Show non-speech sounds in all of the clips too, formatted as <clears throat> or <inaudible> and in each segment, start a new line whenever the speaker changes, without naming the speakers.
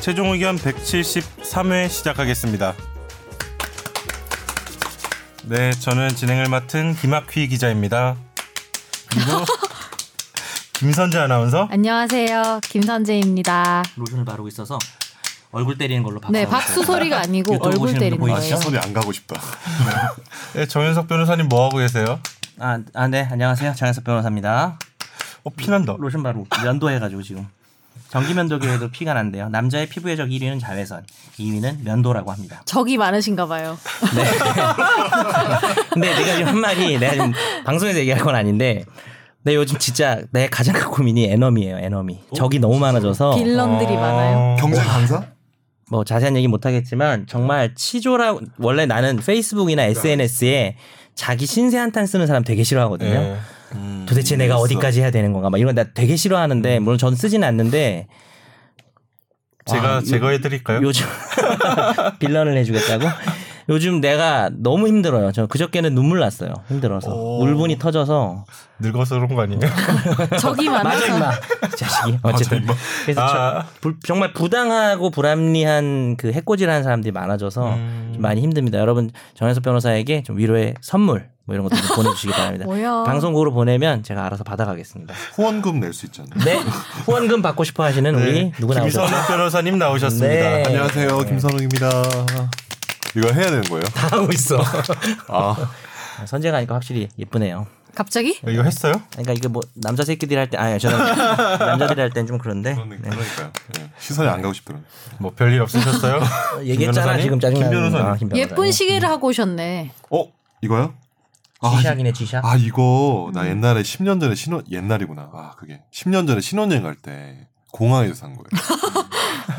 최종 의견 173회 시작하겠습니다. 네, 저는 진행을 맡은 김학휘 기자입니다.
<laughs>
그리고 김선재 아나운서.
안녕하세요. 김선재입니다.
로션을 바르고 있어서 얼굴 때리는 걸로 바꿔.
네, 박수 소리가 아니고
아, 유튜브
얼굴
보시는
때리는
분들
거예요.
보이시죠?
시선이 안 가고 싶다.
네, 정현석 변호사님 뭐 하고 계세요?
아, 아, 네, 안녕하세요. 장현석 변호사입니다.
어, 피난다.
로션 바르고 면도해가지고 지금 전기면도기에도 피가 난대요. 남자의 피부의 적 1위는 자외선, 2위는 면도라고 합니다.
적이 많으신가 봐요.
네. <laughs> 근데 내가 지금 한 말이 내가 지금 방송에서 얘기할 건 아닌데. 내 요즘 진짜 내 가장 큰 고민이 에너미예요, 에너미. 적이 너무 어. 많아져서
빌런들이
어.
많아요.
경제 강사?
뭐 자세한 얘기 못 하겠지만 정말 치졸하고 원래 나는 페이스북이나 SNS에 자기 신세 한탄 쓰는 사람 되게 싫어하거든요.
네.
도대체 내가 어디까지 해야 되는 건가? 막 이런 거 나 되게 싫어하는데
음.
물론 저는 쓰진 않는데
제가
아,
와,
제거해 드릴까요? <laughs>
요즘 빌런을 해주겠다고? 요즘 내가 너무 힘들어요. 저 그저께는 눈물 났어요. 힘들어서
오.
울분이 터져서
늙어서 그런 거 아니에요?
적이 많아서
이 자식이 어쨌든
임마.
그래서 저-
아.
불- 정말 부당하고 불합리한 그 해코지라는 사람들이 많아져서
음.
좀 많이 힘듭니다. 여러분 정현석 변호사에게 좀 위로의 선물 뭐 이런 것도
<laughs>
좀 보내주시기 바랍니다.
뭐야?
방송국으로 보내면 제가 알아서 받아가겠습니다.
<laughs> 후원금 낼 수 있잖아요.
<laughs>
네,
네 후원금 받고 싶어 하시는 우리 누구 나오셨죠?
네. 김선욱 변호사님 나오셨습니다.
네.
안녕하세요, 김선웅입니다. 이거 해야 되는 거예요?
다 하고 있어.
아,
<laughs> 선재가 하니까 확실히 예쁘네요.
갑자기?
이거 했어요?
그러니까 이게 뭐 남자 새끼들이 할 때 아니 저는 <laughs> 남자들이 할 땐 좀 그런데
그러니까요. 네. 시선이 안 가고 싶더라고요.
뭐 별일
<laughs>
없으셨어요?
어,
김
얘기했잖아
변호사님?
지금
김
짜증나는
변호사님.
아, 김 변호사님.
예쁜 시계를 하고 오셨네.
어, 이거요?
어, 지샥이네 지샥.
아 이거 나 옛날에 10년 전에 신혼 옛날이구나. 아 그게 10년 전에 신혼여행 갈 때 공항에서 산 거예요. <laughs>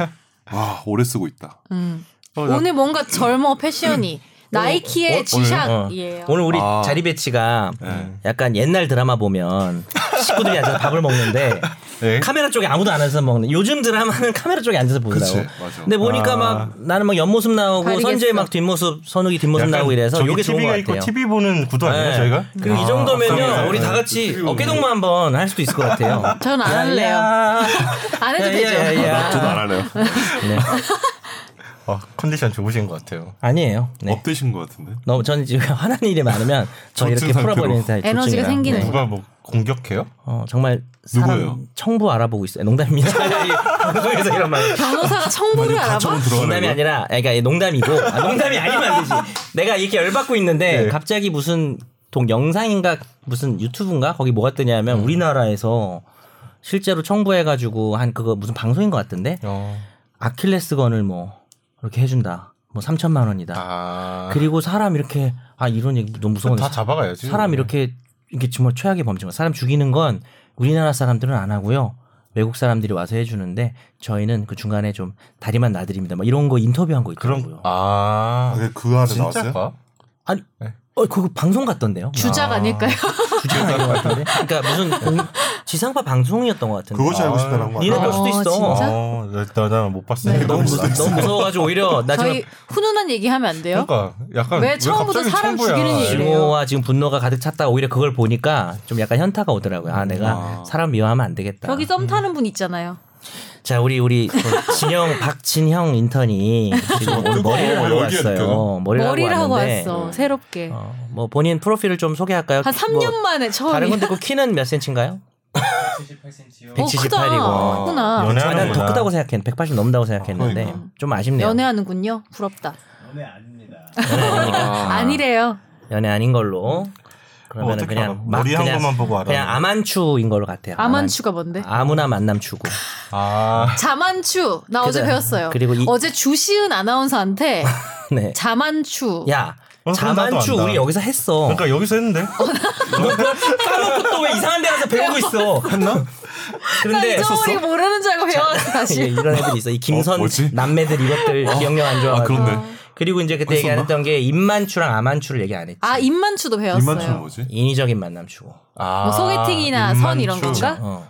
와 오래 쓰고 있다.
음.
어, 나-
오늘 뭔가 젊어 패션이 나이키의
어.
지샥이에요.
오늘 우리
아.
자리 배치가
네.
약간 옛날 드라마 보면 식구들이 앉아서 밥을 먹는데
<laughs> 네.
카메라 쪽에 아무도 안 앉아서 먹는 요즘 드라마는 카메라 쪽에 앉아서 보더라고.
그치, 맞아.
근데 보니까
아.
막 나는 막 옆모습 나오고
가리겠어.
선재 막 뒷모습 선욱이 뒷모습
약간
나오고 이래서
저기
이게 좋은 것
TV가
같아요.
있고 TV 보는 구도 아니에요
네.
저희가?
그리고 이 정도면요
그러네.
우리 다 같이 어깨 동무 한번 할 수도 있을 것 같아요.
전 <laughs> 안
야,
할래요.
야.
안 해도
야,
되죠?
야, 야, 야.
저도 안 하네요.
네.
아, 컨디션 좋으신 것 같아요.
아니에요. 네.
업되신 것 같은데.
너무 저는 지금 <laughs> 화난 일이 많으면 저 이렇게
정신 상태로.
풀어버리는 스타일
에너지가
좋지가 않아요. 네.
생기는
누가 뭐 공격해요?
어, 정말 사람
누구예요?
청부 알아보고 있어요. 농담입니다. <laughs> 방송에서 이런 말.
변호사가 청부를 알아봐?
처음 들어가는
농담이
거.
아니라, 아니, 그러니까 농담이고, 아, 농담이 아니면 안 되지. 내가 이렇게 열받고 있는데,
네.
갑자기 무슨 동영상인가, 무슨 유튜브인가? 거기 뭐가 뜨냐면,
음.
우리나라에서 실제로 청부해가지고, 한 그거 무슨 방송인 것 같던데?
어.
아킬레스건을 뭐, 이렇게 해준다. 뭐, 3천만 원이다.
아.
그리고 사람 이렇게, 아, 이런 얘기 너무 무서운데.
다 네. 잡아가야지.
사람 이렇게 이게 정말 최악의 범죄가 사람 죽이는 건 우리나라 사람들은 안 하고요. 외국 사람들이 와서 해주는데 저희는 그 중간에 좀 다리만 나드립니다. 막 이런 거 인터뷰한 거
그런
있더라고요.
아.
아, 그게 그 안에 나왔어요?
진짜일까?
아니, 어, 그거 방송 같던데요?
주작 아닐까요?
주장 아닌 것 같은데? 그러니까 무슨 공- 지상파 방송이었던 것 같은데.
그것이 알고
아,
싶다는 거
니네
아니야?
볼 수도
어,
있어.
진짜?
어, 나못 봤어요.
네.
너무, 무서, 너무 무서워가지고 오히려 나 지금
저희 훈훈한 얘기하면 안 돼요?
그러니까 약간
왜 처음부터
갑자기
사람
청부야?
죽이는 얘기를 그래요?
증오와 지금 분노가 가득 찼다 오히려 그걸 보니까 좀 약간 현타가 오더라고요. 아 내가
아.
사람 미워하면 안 되겠다.
여기 썸 타는 분 있잖아요.
자 우리 우리 그
<laughs>
진영 박진형 인턴이 지금 오늘 머리를
뜨거워,
하고
열기가
왔어요.
뜨거워.
머리를,
머리를 하고
왔는데
왔어. 새롭게.
어, 뭐 본인 프로필을 좀 소개할까요?
한 3년 만에
뭐,
처음이야.
다른 건데 그 키는 몇 센치인가요?
어, 크다.
178이고.
크구나.
연애-
아, 난
하는구나.
더 크다고 생각했는데 180 넘다고 생각했는데
그러니까.
좀 아쉽네요. 연애,
연애하는군요. 부럽다.
아니니까.
아니래요.
연애 아닌 걸로.
어,
그러면
어떻게
은 그냥
알아?
막
머리 한
그냥-
것만 보고 알아.
그냥 아만추인 걸로 같아요.
아만추가 뭔데?
아무나 만남추고.
아.
자만추. 나 어제
그래.
배웠어요.
그리고 이-
어제 주시은
<laughs>
아나운서한테
네.
자만추.
야
어, 그건 나도
자만추
안다.
우리 여기서 했어.
그러니까 여기서
<laughs>
했는데.
뭐
까먹고 또 왜 이상한 데 가서 배우고 있어. 했나?
나
그런데
잊어버리고 모르는 줄 알고
<laughs>
배웠어
예,
다시.
이런 애들이 있어. 이
어,
김선
뭐지?
남매들 이것들 기억력 안 좋아.
아 그런데
그리고 이제 그때 얘기 안 했던 게 입만추랑 아만추를 얘기 안 했지.
아 입만추도
아,
입만추는
배웠어요.
뭐지?
인위적인 만남추고.
아.
뭐 소개팅이나 선 이런
입만추.
건가?
어.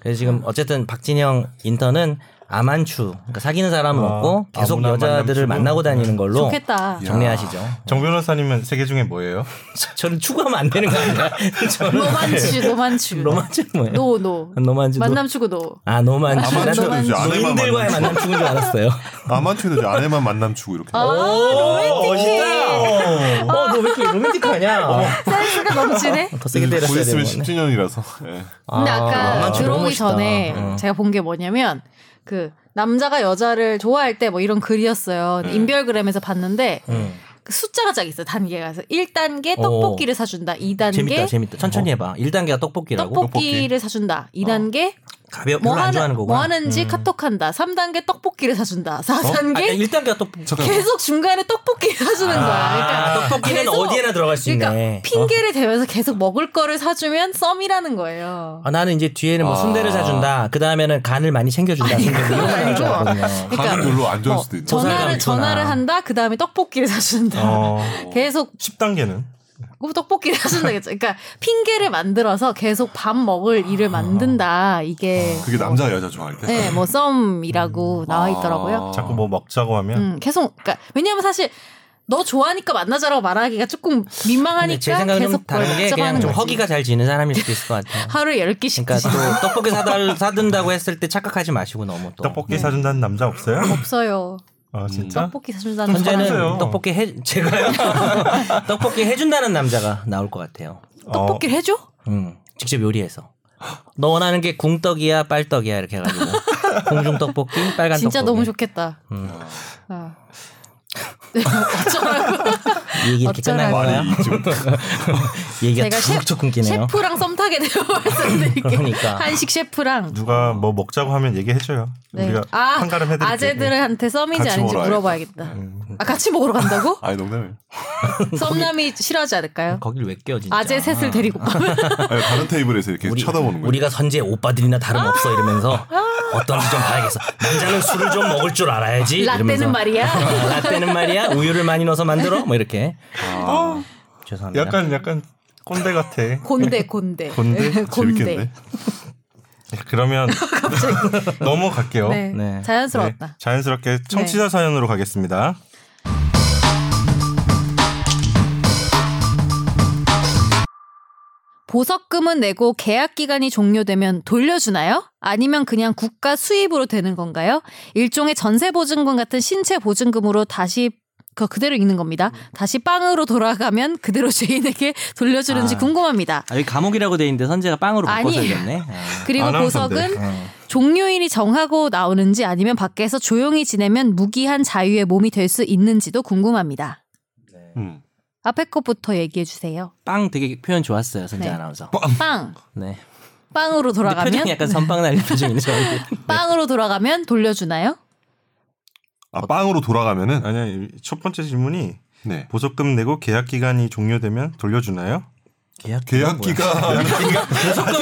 그래서 지금 어쨌든 박진영 인턴은 아만추 그러니까 사귀는 사람은
아,
없고 계속
아무나
여자들을
만남치고?
만나고 다니는 걸로
좋겠다.
야.
정리하시죠.
정 변호사님은 세계 중에 뭐예요?
<laughs> 저는 추구하면 안 되는 거 아닌가? <laughs> 저는
로만추,
<laughs>
로만추.
로만추 뭐예요?
노, 노.
노만추 노-
만남추고 노.
아 노만추
아만추는
나도
이제 아내만
노인들과의
만남
만남 추구인 줄
<laughs>
알았어요.
아만추는 이제 아내만 만남 추고 이렇게.
아, 로맨틱해.
어너 왜 이렇게 로맨틱하냐?
센스가 넘치네.
더 세게
곧
때렸어야
있으면
되는 건데.
10주년이라서. 예.
근데
아,
아까
로만추 너무
들어오기
멋있다.
전에
어.
제가 본 게 뭐냐면 그 남자가 여자를 좋아할 때 뭐 이런 글이었어요.
네.
근데 인별그램에서 봤는데
응.
그 숫자가 짝 있어요. 단계가. 그래서 1단계
네. 오.
떡볶이를 사준다. 2단계
재밌다 재밌다 천천히
어.
해봐 1단계가 떡볶이라고
떡볶이를 사준다. 2단계
가벼 별로
뭐,
안
하는,
좋아하는 거구나 음.
뭐 하는지 카톡한다. 3단계 떡볶이를 사준다. 4단계
어? 아, 1단계가 떡볶이
계속 중간에 떡볶이를 사주는 거야. 그러니까
아, 떡볶이는
계속-
어디에나 들어갈 수
그러니까
있네 어.
핑계를 대면서 계속 먹을 거를 사주면 썸이라는 거예요.
아, 나는 이제 뒤에는 뭐
아.
순대를 사준다 그 다음에는 간을 많이 챙겨준다 순대를
그건
이런 사람
아니고.
좋아하거든요
간이 별로 안 좋을
뭐
어,
수도 있네.
보살감이
전화를
있구나.
전화를 한다. 그 다음에 떡볶이를 사준다.
어,
<laughs> 계속
10단계는?
꼭 떡볶이를 사준다겠죠. 그러니까 핑계를 만들어서 계속 밥 먹을 일을 만든다. 이게
그게 남자 가 여자 아. 좋아할 때.
네, 뭐 썸이라고 나와 있더라고요.
아.
자꾸 뭐 먹자고 하면
음, 계속 그러니까 왜냐하면 사실 너 좋아하니까 만나자라고 말하기가 조금
근데
민망하니까
제 생각은 좀
계속 그걸
다른 게
걱정하는
그냥 좀
거지.
허기가 잘 지는 사람일 수도 있을 것 같아요
하루에 열 개씩 <laughs>
그러니까
드시는
또 떡볶이 사달, 사든다고 했을 때 착각하지 마시고 너무 또
네.
떡볶이 사준다는 남자 없어요?
음. 없어요.
아 진짜?
떡볶이 사준다는 사람.
현재는
사주세요.
떡볶이 해 제가요
<laughs>
떡볶이 해준다는 남자가 나올 것 같아요
어.
떡볶이를 해줘?
음, 직접 요리해서. 너 원하는 게 궁떡이야, 빨떡이야 이렇게
<laughs>
해가지고 공중 떡볶이, 빨간
진짜
떡볶이.
너무 좋겠다.
음.
아. 어쩌라고.
이 얘기 이렇게 끝난
어쩌라고.
거야?
말이 좀
<laughs> 얘기가
제가 셰-
툭툭 끊기네요.
셰프랑 썸 타게 되어 <laughs> 말씀드릴게요.
그러니까.
한식 셰프랑
누가 뭐 먹자고 하면 얘기해줘요
음. 네.
우리가
아,
한가름 해드릴게요
아재들한테 썸인지
같이
아닌지
먹으러
물어봐야겠다. 아 같이 먹으러
<laughs>
간다고?
아니 농담이에요.
썸남이 싫어하지 않을까요?
거길 왜 껴? 진짜.
아재 셋을 데리고 가면
아니, 다른 테이블에서 이렇게 쳐다보는 거예요.
우리가 선제 오빠들이나
아!
다름없어 이러면서 어떤지 좀 봐야겠어. 남자는 술을 좀 먹을 줄 알아야지. 이러면서.
라떼는
<laughs>
말이야.
아, 라떼는 말이야. 우유를 많이 넣어서 만들어. 뭐 이렇게. 어,
아,
죄송합니다.
약간
네.
약간 꼰대 같아
곤대 곤대
곤대?
곤대
재밌겠네.
<laughs>
그러면 넘어갈게요
네.
네.
네,
자연스러웠다 네.
자연스럽게 청취자 사연으로 가겠습니다.
보석금은 내고 계약 기간이 종료되면 돌려주나요? 아니면 그냥 국가 수입으로 되는 건가요? 일종의 전세 보증금 같은 신체 보증금으로 다시 그 그대로 읽는 겁니다. 다시 빵으로 돌아가면 그대로 죄인에게 <laughs> 돌려주는지
아.
궁금합니다.
아, 여기 감옥이라고 돼 있는데 선재가 빵으로 바꿔서
아니.
읽었네. 아.
그리고
아나운서인데. 어.
보석은 종료일이 정하고 나오는지 아니면 밖에서 조용히 지내면 무기한 자유의 몸이 될 수 있는지도 궁금합니다.
음.
앞에 것부터 얘기해 주세요.
빵 되게 표현 좋았어요, 선재
네.
아나운서.
빵
네.
빵으로
근데
돌아가면
표정이 약간
<laughs>
선빵 날린 표정이네 저한테.
빵으로 돌아가면 돌려주나요?
아 빵으로 돌아가면은
아니 첫 번째 질문이
네.
보석금 내고 계약 기간이 종료되면
<laughs>
돌려주나요?
계약
<laughs> 계약기가 보석은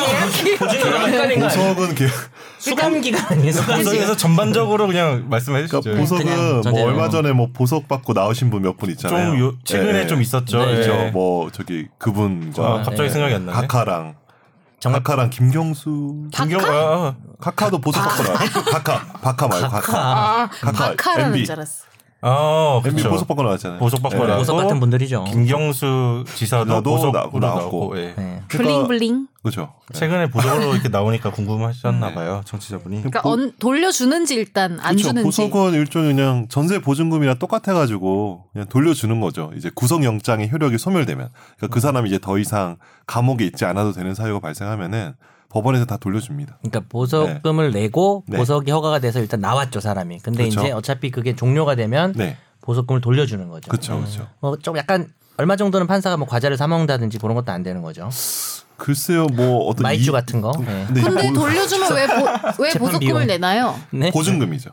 계약
수감 기간이에요. 수감
보석에서 전반적으로 그냥 말씀해 주시죠.
그러니까 보석은
그냥
뭐
전제로.
얼마 전에 뭐 보석 받고 나오신 분 몇 분 있잖아요.
좀 요, 최근에
예,
좀 있었죠.
네,
예.
예.
있죠.
뭐 저기 그분과
아, 갑자기
네.
생각이 안 나네.
카카랑
정말
카카랑 김경수
김경아
카카도 보석 받고
<laughs>
나와. 카카 바카 말고 카카.
아,
카카,
바카라는
MB.
줄 알았어.
아,
MB
그렇죠.
보석 받고 나왔잖아요.
보석 받고
예.
나와.
보석 같은 분들이죠.
김경수 지사도
나도
보석으로
나오고
나오고,
나왔고.
예.
네.
그러니까
블링블링.
그렇죠.
최근에 보석으로 이렇게 나오니까
네.
궁금하셨나 봐요, 청취자분이.
음.
그러니까 언- 돌려주는지 일단 안
그렇죠.
주는지.
보석은 일종의 그냥 전세 보증금이랑 똑같아가지고 그냥 돌려주는 거죠. 이제 구속영장의 효력이 소멸되면 그러니까 그 사람이 이제 더 이상 감옥에 있지 않아도 되는 사유가 발생하면은 법원에서 다 돌려줍니다.
그러니까 보석금을 내고
네.
보석이 허가가 돼서 일단 나왔죠 사람이. 근데
그쵸.
이제 어차피 그게 종료가 되면
네,
보석금을 돌려주는 거죠.
그렇죠,
음.
그렇죠.
뭐좀 약간 얼마 정도는 판사가 뭐 과자를 사 먹는다든지 그런 것도 안 되는 거죠.
글쎄요, 뭐 어떤
마이쮸
이-
같은 거. 네.
근데, 이제
근데
보-
돌려주면 왜, 보, 왜
재판
보석금을
비용.
내나요?
네.
보증금이죠.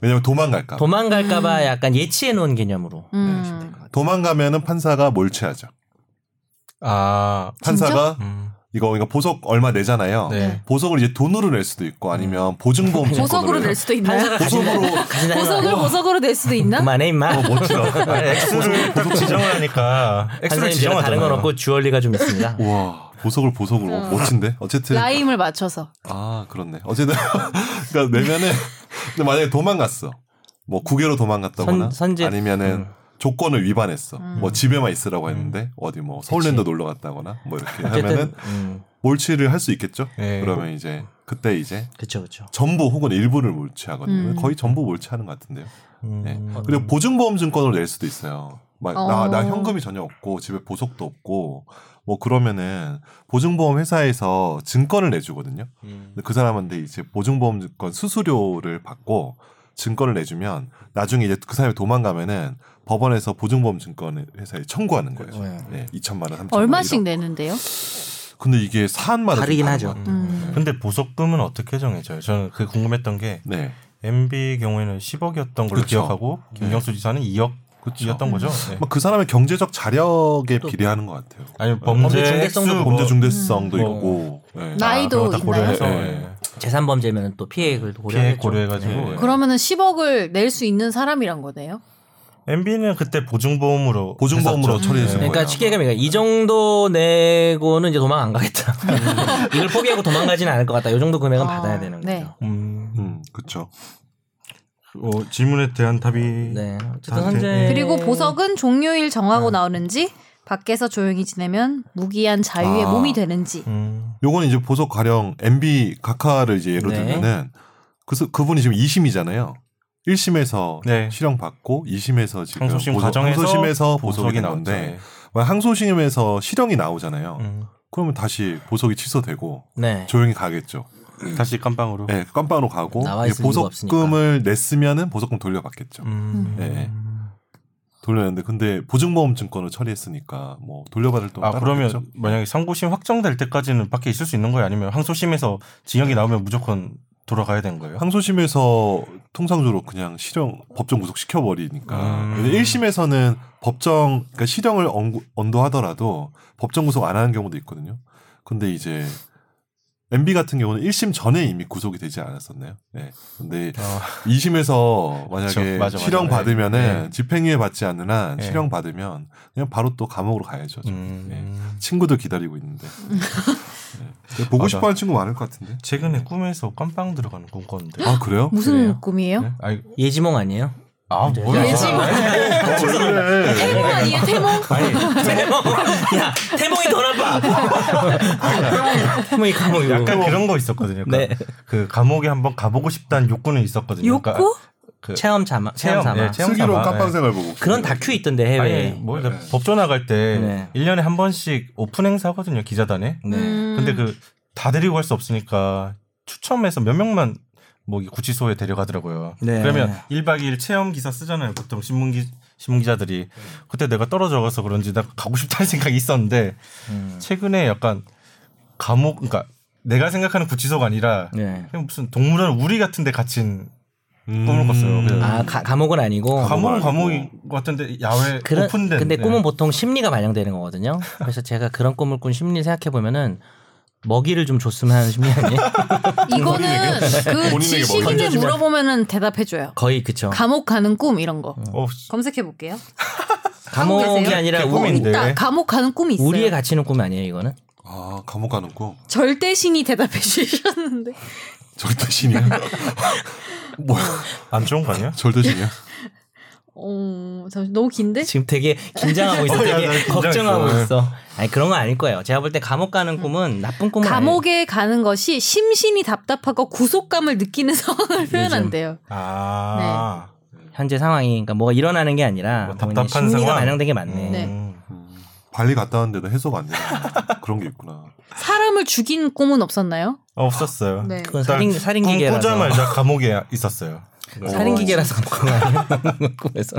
왜냐면 도망갈까. 봐.
도망갈까봐 약간 예치해 놓은 개념으로.
음.
도망가면은 판사가 몰취하죠.
아,
판사가
음.
이거 그러니까 보석 얼마 내잖아요.
네.
보석을 이제 돈으로 낼 수도 있고 아니면 보증보험
음. 보석으로 낼 수도 있나요?
판사가 가진다는
보석으로-
거- 가진다는
<laughs>
거
보석을
아니야?
보석으로 낼 수도 있나?
그만해 임마. <laughs> 네.
아, X를 딱 지정을 하니까 X를
판사님 제가 다른 건
지정하잖아요.
없고 주얼리가 좀 있습니다.
와 보석을
음.
보석으로 멋진데 어쨌든
라임을 맞춰서.
<laughs> 아 그렇네 어쨌든 그러니까 내면은 근데 만약에 도망갔어. 뭐 국외로 도망갔다거나
선- 선제-
아니면은
음.
조건을 위반했어.
음.
뭐 집에만 있으라고 했는데 어디 뭐 서울랜드
그치.
놀러 갔다거나 뭐 이렇게
어쨌든 예.
하면은
음.
몰취를 할 수 있겠죠.
네.
그러면 이제 그때 이제
그렇죠 그렇죠.
전부 혹은 일부를 몰취하거든요.
음.
거의 전부 몰취하는 것 같은데요.
음.
네. 그리고 보증보험 증권으로 낼 수도 있어요. 막 나
어.
나 현금이 전혀 없고 집에 보석도 없고 뭐 그러면은 보증보험 회사에서 증권을 내주거든요.
음.
근데 그 사람한테 이제 보증보험 증권 수수료를 받고 증권을 내주면 나중에 이제 그 사람이 도망가면은 법원에서 보증보험 증권 회사에 청구하는 거예요.
네.
네, 2천만 원, 3천만 원.
얼마씩
이런.
내는데요?
근데 이게 사안마다 좀
다르긴
다른
하죠.
것 같아요.
음.
근데 보석금은 어떻게 정해져요? 저는 그게 궁금했던 게
네,
MB 경우에는 10억이었던 걸로
그쵸.
기억하고 김경수 지사는 2억이었던 거죠. 네.
막 그렇죠. 네. 그 사람의 경제적 자력에
또-
비례하는 것 같아요.
아니
범죄
범죄
중대성도
액수,
어, 범죄 중대성도
뭐-
있고 네.
아,
음. 나이도
그런 거다
있나요?
고려해서
네.
예.
재산 범죄면 또 피해액을 고려하겠죠.
피해 고려해가지고
네.
예.
그러면은 10억을 낼 수 있는 사람이란 거네요.
MB는 그때 보증보험으로
보증보험으로
했었죠.
처리해준
예.
거예요.
그러니까 치계감이가 이 정도 내고는 이제 도망 안 가겠다. <laughs> 이걸 포기하고 도망가지는 않을 것 같다. 이 정도 금액은
음. 아,
받아야 되는
네.
거죠.
음,
음, 그렇죠.
어, 질문에 대한 답이
네. 어쨌든
다들-
현재
그리고 보석은 종료일 정하고
네.
나오는지 밖에서 조용히 지내면 무기한 자유의
아.
몸이 되는지.
음,
요건 이제 보석 가령 MB 각하를 이제 예로
네.
들면은 그래서 그분이 지금 2심이잖아요. 1심에서
네.
실형 받고 2심에서 지금
항소심
보석-
과정에서
항소심에서
나오죠.
보석이 나오는데 만약 항소심에서 실형이 나오잖아요.
음,
그러면 다시 보석이 취소되고
네.
조용히 가겠죠.
다시 깜빵으로.
네, 깜빵으로 가고
나와
이제
있을 이유가
보석금을 냈으면은 보석금 돌려받겠죠.
음,
네. 돌려냈는데 근데 보증보험 증권을 처리했으니까 뭐 돌려받을 돈
아
따로
그러면
없겠죠?
만약에 상고심 확정될 때까지는 밖에 있을 수 있는 거예요? 아니면 항소심에서 징역이 나오면 무조건 돌아가야 되는 거예요?
항소심에서 통상적으로 그냥 실형 법정 구속 시켜버리니까
음.
일 1심에서는 법정 그러니까 실형을 언구- 언도하더라도 법정 구속 안 하는 경우도 있거든요. 근데 이제 MB 같은 경우는 1심 전에 이미 구속이 되지 않았었나요? 네. 근데
아,
2심에서 만약에
<laughs> 그쵸. 맞아, 맞아.
실형
네.
받으면은
네.
집행유예 받지 않는 한
네.
실형 받으면 그냥 바로 또 감옥으로 가야죠.
음.
친구들
<laughs>
기다리고 있는데. 네. 보고
맞아.
싶어하는 친구 많을 것 같은데.
최근에 꿈에서 깜빵 들어가는 꿈 꿨는데.
아 그래요?
무슨
그래요?
꿈이에요?
네? 아니,
예지몽 아니에요?
아 뭐야?
예지몽.
네. 어, 그래.
태몽 아니에요?
그러니까
태몽?
야, 태몽이 더 나빠. <laughs> 태몽이 감옥이고.
약간 그런 거 있었거든요. 그러니까
네.
그 감옥에 한번 가보고 싶다는 욕구는 있었거든요.
그러니까
욕구?
그
체험 자마 체험
체험,
삼아.
예, 체험.
슬기로운
삼아,
깜빵
예.
생활 보고.
네. 그런 다큐 있던데 해외.
아니
에
뭐
네.
그러니까 법조 나갈 때
예, 네.
일년에한 번씩 오픈 행사 하거든요. 기자단에.
네.
음.
근데 그 다 데리고 갈 수 없으니까 추첨해서 몇 명만 뭐 이 구치소에 데려가더라고요.
네.
그러면 1박 2일 체험 기사 쓰잖아요. 보통 신문 기 신문 기자들이 그때 내가 떨어져 가서 그런지 나 가고 싶다는 <laughs> 생각이 있었는데
음.
최근에 약간 감옥 그러니까 내가 생각하는 구치소가 아니라
네.
그냥 무슨 동물원 우리 같은 데 갇힌
음.
꿈을 꿨어요. 그래서
아 가, 감옥은 아니고.
감옥은
아니고.
감옥인 것 같은데 야외
그런
오픈된
근데 꿈은 뭐
네.
보통 심리가 반영되는 거거든요. 그래서 제가 그런 꿈을 꾼 심리 생각해 보면은 먹이를 좀 줬으면 하는 심리
<laughs>
아니에요?
이거는 그
본인에게
지식인에
던져주면-
물어보면은 대답해줘요.
거의 그쵸.
감옥 가는 꿈 이런 거
어,
검색해볼게요. 감옥
감옥이
계세요?
아니라 우,
꿈인데.
있다. 감옥 가는 꿈이 있어요.
우리의 갇히는 꿈이 아니에요 이거는.
아 감옥 가는 거
절대 신이 대답해 주셨는데 <laughs>
절대 신이야. <laughs> 뭐야?
음.
안 좋은 거 아니야?
절대 신이야.
어, 잠시 너무 긴데?
지금 되게 긴장하고 있어.
<laughs> 어, 야,
되게
나 긴장했어. 네.
걱정하고 있어. 아니 그런 건 아닐 거예요. 제가 볼 때 감옥 가는 꿈은 나쁜 꿈은
음.
아니에요.
감옥에 가는 것이 심신이 답답하고 구속감을 느끼는 <laughs> 상황을 표현한대요.
아.
현재 상황이 그러니까 뭐가 일어나는 게 아니라
뭐
본인의
답답한
심리가
상황?
반영된 게 맞네.
네.
음.
음, 발리 갔다 왔는데도 해소가 안 되나? 그런 게 있구나.
사람을 죽인 꿈은 없었나요?
아, 없었어요.
네.
그건 살인 살인 기계라서.
꿈꾸자마자 감옥에 있었어요.
살인 기계라서 감옥 가 아니에요? <laughs> 꿈에서.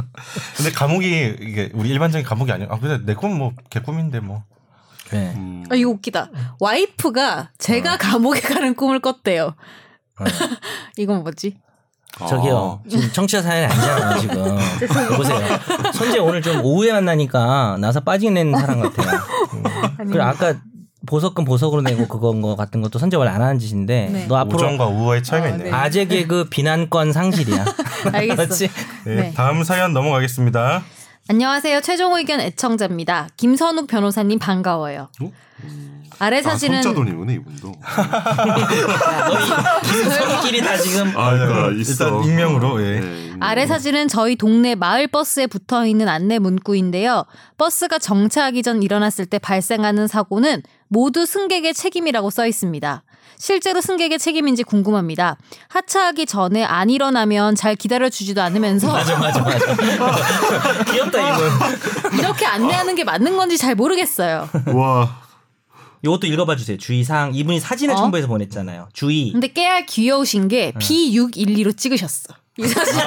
근데 감옥이 이게 우리 일반적인 감옥이 아니야. 아 근데 내 꿈 뭐 개꿈인데 뭐.
네.
음,
아, 이거 웃기다. 와이프가 제가 감옥에 가는 꿈을 꿨대요. <laughs> 이건 뭐지?
아,
저기요.
아.
지금 청취자 사연이
<laughs>
아니잖아요, 지금. 보세요. 선재 오늘 좀 오후에 만나니까 나사 빠지는
<laughs>
사람 같아요. 그리고 아까 보석금 보석으로 내고 그건 거뭐 같은 것도 선재 원래 안 하는 짓인데
네.
너 앞으로
우정과 우호의 차이가
아,
있네요.
네.
아재 개그 비난권 상실이야.
<laughs> 알겠어.
그렇지?
네,
네.
다음 사연 넘어가겠습니다.
안녕하세요. 최종 의견 애청자입니다. 김선욱 변호사님 반가워요.
어?
아래
아,
사진은
손자돈이군요 이분도.
기숙사끼리 다
<laughs>
지금
어.
아, 그러니까
일단 익명으로 예.
네.
아래 사진은 저희 동네 마을 버스에 붙어 있는 안내 문구인데요. 버스가 정차하기 전 일어났을 때 발생하는 사고는 모두 승객의 책임이라고 써 있습니다. 실제로 승객의 책임인지 궁금합니다. 하차하기 전에 안 일어나면 잘 기다려주지도 않으면서
<laughs>
맞아 맞아
<laughs>
맞아. 귀엽다
어.
이분.
이렇게 안내하는 게 맞는 건지 잘 모르겠어요.
와.
이것도 읽어봐 주세요. 주의사항 이분이 사진을
어?
첨부해서 보냈잖아요. 주의.
근데 깨알 귀여우신 게
네.
B612로 찍으셨어. 이 사진. <laughs> 이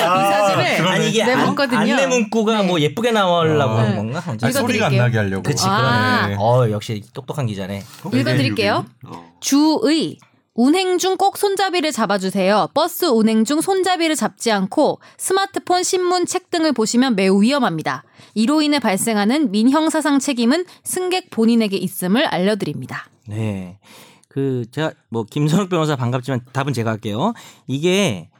사진을
아. 아니 이게
네,
안,
봤거든요.
안내 문구가 뭐 예쁘게 나오려고
아.
하는
네.
건가? 언제?
아,
읽어드릴게요.
소리가 안 나게 하려고.
그치,
아.
그러네.
어 역시 똑똑한 기자네.
읽어드릴게요.
어.
주의 운행 중 꼭 손잡이를 잡아주세요. 버스 운행 중 손잡이를 잡지 않고 스마트폰, 신문, 책 등을 보시면 매우 위험합니다. 이로 인해 발생하는 민형사상 책임은 승객 본인에게 있음을 알려드립니다.
네. 그 제가 뭐 김선욱 변호사 반갑지만 답은 제가 할게요. 이게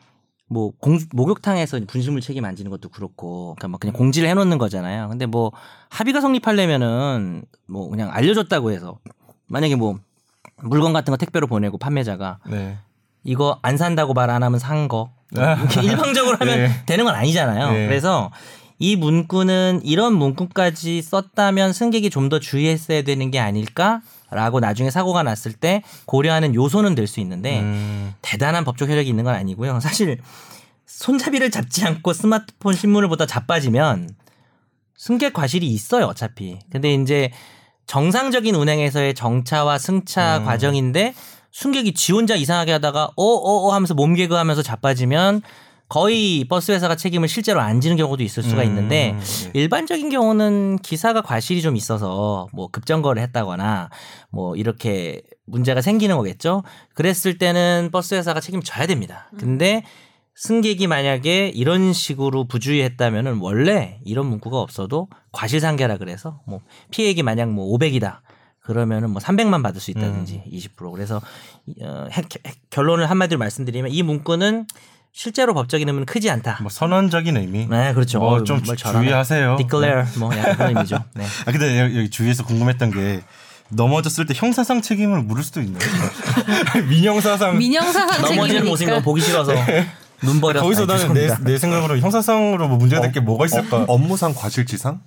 뭐 공, 목욕탕에서 분실물 책임 안 지는 것도 그렇고 그러니까 막 그냥 공지를 해 놓는 거잖아요. 근데 뭐 합의가 성립하려면은 뭐 그냥 알려 줬다고 해서 만약에 뭐 물건 같은 거 택배로 보내고 판매자가
네.
이거 안 산다고 말 안 하면 산 거.
아. <laughs>
이렇게 일방적으로 하면
예.
되는 건 아니잖아요.
예.
그래서 이 문구는 이런 문구까지 썼다면 승객이 좀 더 주의했어야 되는 게 아닐까라고 나중에 사고가 났을 때 고려하는 요소는 될 수 있는데
음.
대단한 법적 효력이 있는 건 아니고요. 사실 손잡이를 잡지 않고 스마트폰 신문을 보다 자빠지면 승객 과실이 있어요, 어차피. 근데 이제 정상적인 운행에서의 정차와 승차 과정인데 승객이 지 혼자 이상하게 하다가 어어어 하면서 몸개그 하면서 자빠지면 거의 버스 회사가 책임을 실제로 안 지는 경우도 있을 수가 있는데
음, 네.
일반적인 경우는 기사가 과실이 좀 있어서 뭐 급정거를 했다거나 뭐 이렇게 문제가 생기는 거겠죠. 그랬을 때는 버스 회사가 책임져야 됩니다. 근데 승객이 만약에 이런 식으로 부주의했다면은 원래 이런 문구가 없어도 과실상계라 그래서 뭐 피해액이 만약 뭐 500이다. 그러면은 뭐 300만 받을 수
음.
있다든지 20% 그래서 이- 어, 핵- 핵- 결론을 한마디로 말씀드리면 이 문구는 실제로 법적인 의미는 크지 않다.
뭐 선언적인 의미.
네, 그렇죠.
뭐
어우,
좀
뭘 잘하네.
주의하세요.
declare 뭐 약간 그런 의미죠.
<laughs>
네.
아 근데 여기, 여기 주위에서 궁금했던 게 넘어졌을 때 형사상 책임을 물을 수도
<laughs>
있나요? 민형사상
민형사상
넘어지는 모습이
책임이니까
너무
<laughs>
보기 싫어서 아, 눈 버렸어.
거기서 나는 내, 내 생각으로 형사상으로 뭐 문제가 될 게 뭐가 있을까?
어, 업무상 과실치상?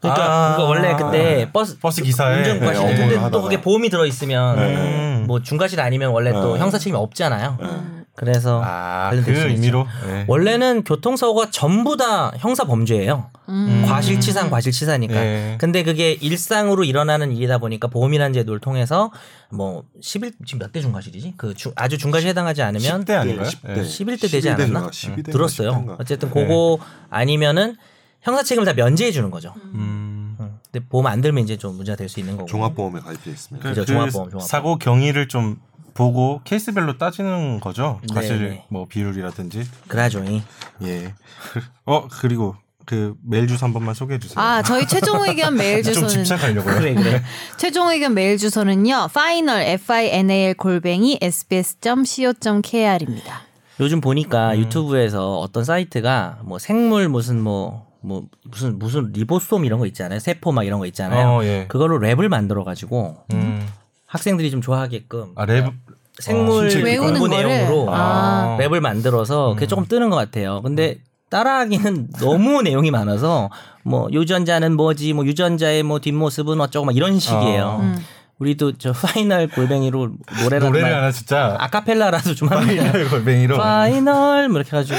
그러니까
아.
그거 원래 그때 버스
버스 기사에
운전과실
네,
근데
업무를
또
하다가.
그게 보험이 들어 있으면
네.
뭐 중과실 아니면 원래 또 형사 책임이 없잖아요. 그렇죠, 그래서
아그
관련될 수 있죠. 어.
의미로 네.
원래는 교통사고가 전부 다 형사 범죄예요.
음.
음.
과실치상, 과실치사니까.
네.
근데 그게 일상으로 일어나는 일이다 보니까 보험이라는 제도를 통해서 뭐 11, 지금 몇 대 중과실이지? 그 주- 아주 중과실 해당하지 않으면
10대 아닌가요?
예, 10대.
예.
네. 11대 되지 않았나? 네.
12대 인가
들었어요. 아,
10대 인가.
어쨌든
네.
그거 아니면은 형사 책임을 다 면제해 주는 거죠.
음.
응. 근데 보험 안 들면 이제 좀 문제가 될 수 있는 거고.
종합보험에 가입돼 있습니다.
그,
그죠,
그
종합보험, 종합보험.
사고 경위를 좀 보고 케이스별로 따지는 거죠.
네,
과실
네.
뭐 비율이라든지
그라조이.
예. <laughs> 어 그리고 그 메일 주소 한 번만 소개해 주세요.
아, 저희 최종 의견 메일
좀
주소는
집착하려고요.
그래 그래.
최종 의견 메일 주소는요. final f i n a l 골뱅이 s b s c o k r입니다.
요즘
음.
보니까 유튜브에서 어떤 사이트가 뭐 생물 무슨 뭐 뭐 무슨 무슨 리보솜 이런 거 있잖아요. 세포 막 이런 거 있잖아요.
어, 예.
그걸로 랩을 만들어 가지고
음.
학생들이 좀 좋아하게끔
아 랩.
생물
진짜
외우는
공부
거를?
내용으로
아. 음.
랩을 만들어서 그게 조금 뜨는 것 같아요. 근데 따라하기는 <laughs> 너무 내용이 많아서 뭐 유전자는 뭐지 뭐 유전자의 뭐 뒷모습은 어쩌고 막 이런 식이에요.
음.
아.
우리도 저 <laughs> 파이널 골뱅이로 노래라도
노래를
말-
하나 진짜
아카펠라라도 좀 합니다.
파이널 <laughs> 골뱅이로.
파이널 뭐 이렇게
<laughs>
해가지고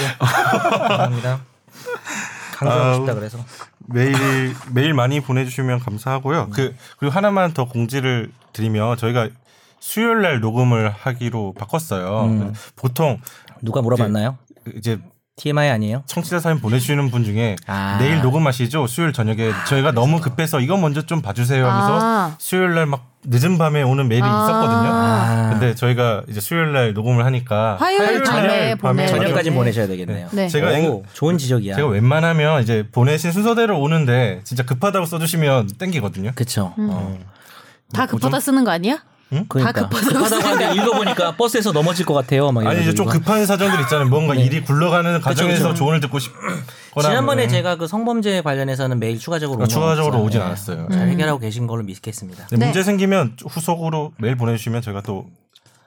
감사합니다. 강조하고
아우.
싶다 그래서
메일 메일 많이 보내주시면 감사하고요. 그 그리고 하나만 더 공지를 드리면 저희가 수요일 날 녹음을 하기로 바꿨어요.
음.
보통
누가 물어봤나요?
이제
TMI 아니에요?
청취자 사연 보내주시는 분 중에
아.
내일 녹음하시죠? 수요일 저녁에 저희가 너무 급해서 이거 먼저 좀 봐주세요 하면서
아.
수요일 날 막 늦은 밤에 오는 메일이 있었거든요.
아.
근데 저희가 이제 수요일 날 녹음을 하니까
화요일 밤에 보내요. 네.
저녁까지
네.
보내셔야 되겠네요.
네.
제가
오, 좋은 지적이야.
제가 웬만하면 이제 보내신 순서대로 오는데 진짜 급하다고 써주시면 땡기거든요.
그쵸. 어.
음. 다 급하다 쓰는 거 아니야?
응?
그러니까.
급해서
급하다고 하는데
<laughs>
읽어보니까 버스에서 넘어질 것 같아요. 막
아니 이제 좀
이래가지고.
급한 사정들 있잖아요. 뭔가 일이 굴러가는 과정에서
네. 그쵸.
조언을 듣고 싶거나
지난번에
하면은
제가 뭐 그 성범죄 관련해서는 메일 추가적으로
어, 추가적으로
오진
오진
않았어요. 네.
않았어요.
잘
음.
해결하고 계신 걸로 믿겠습니다.
네,
네.
문제 생기면 후속으로 메일 보내주시면 저희가 또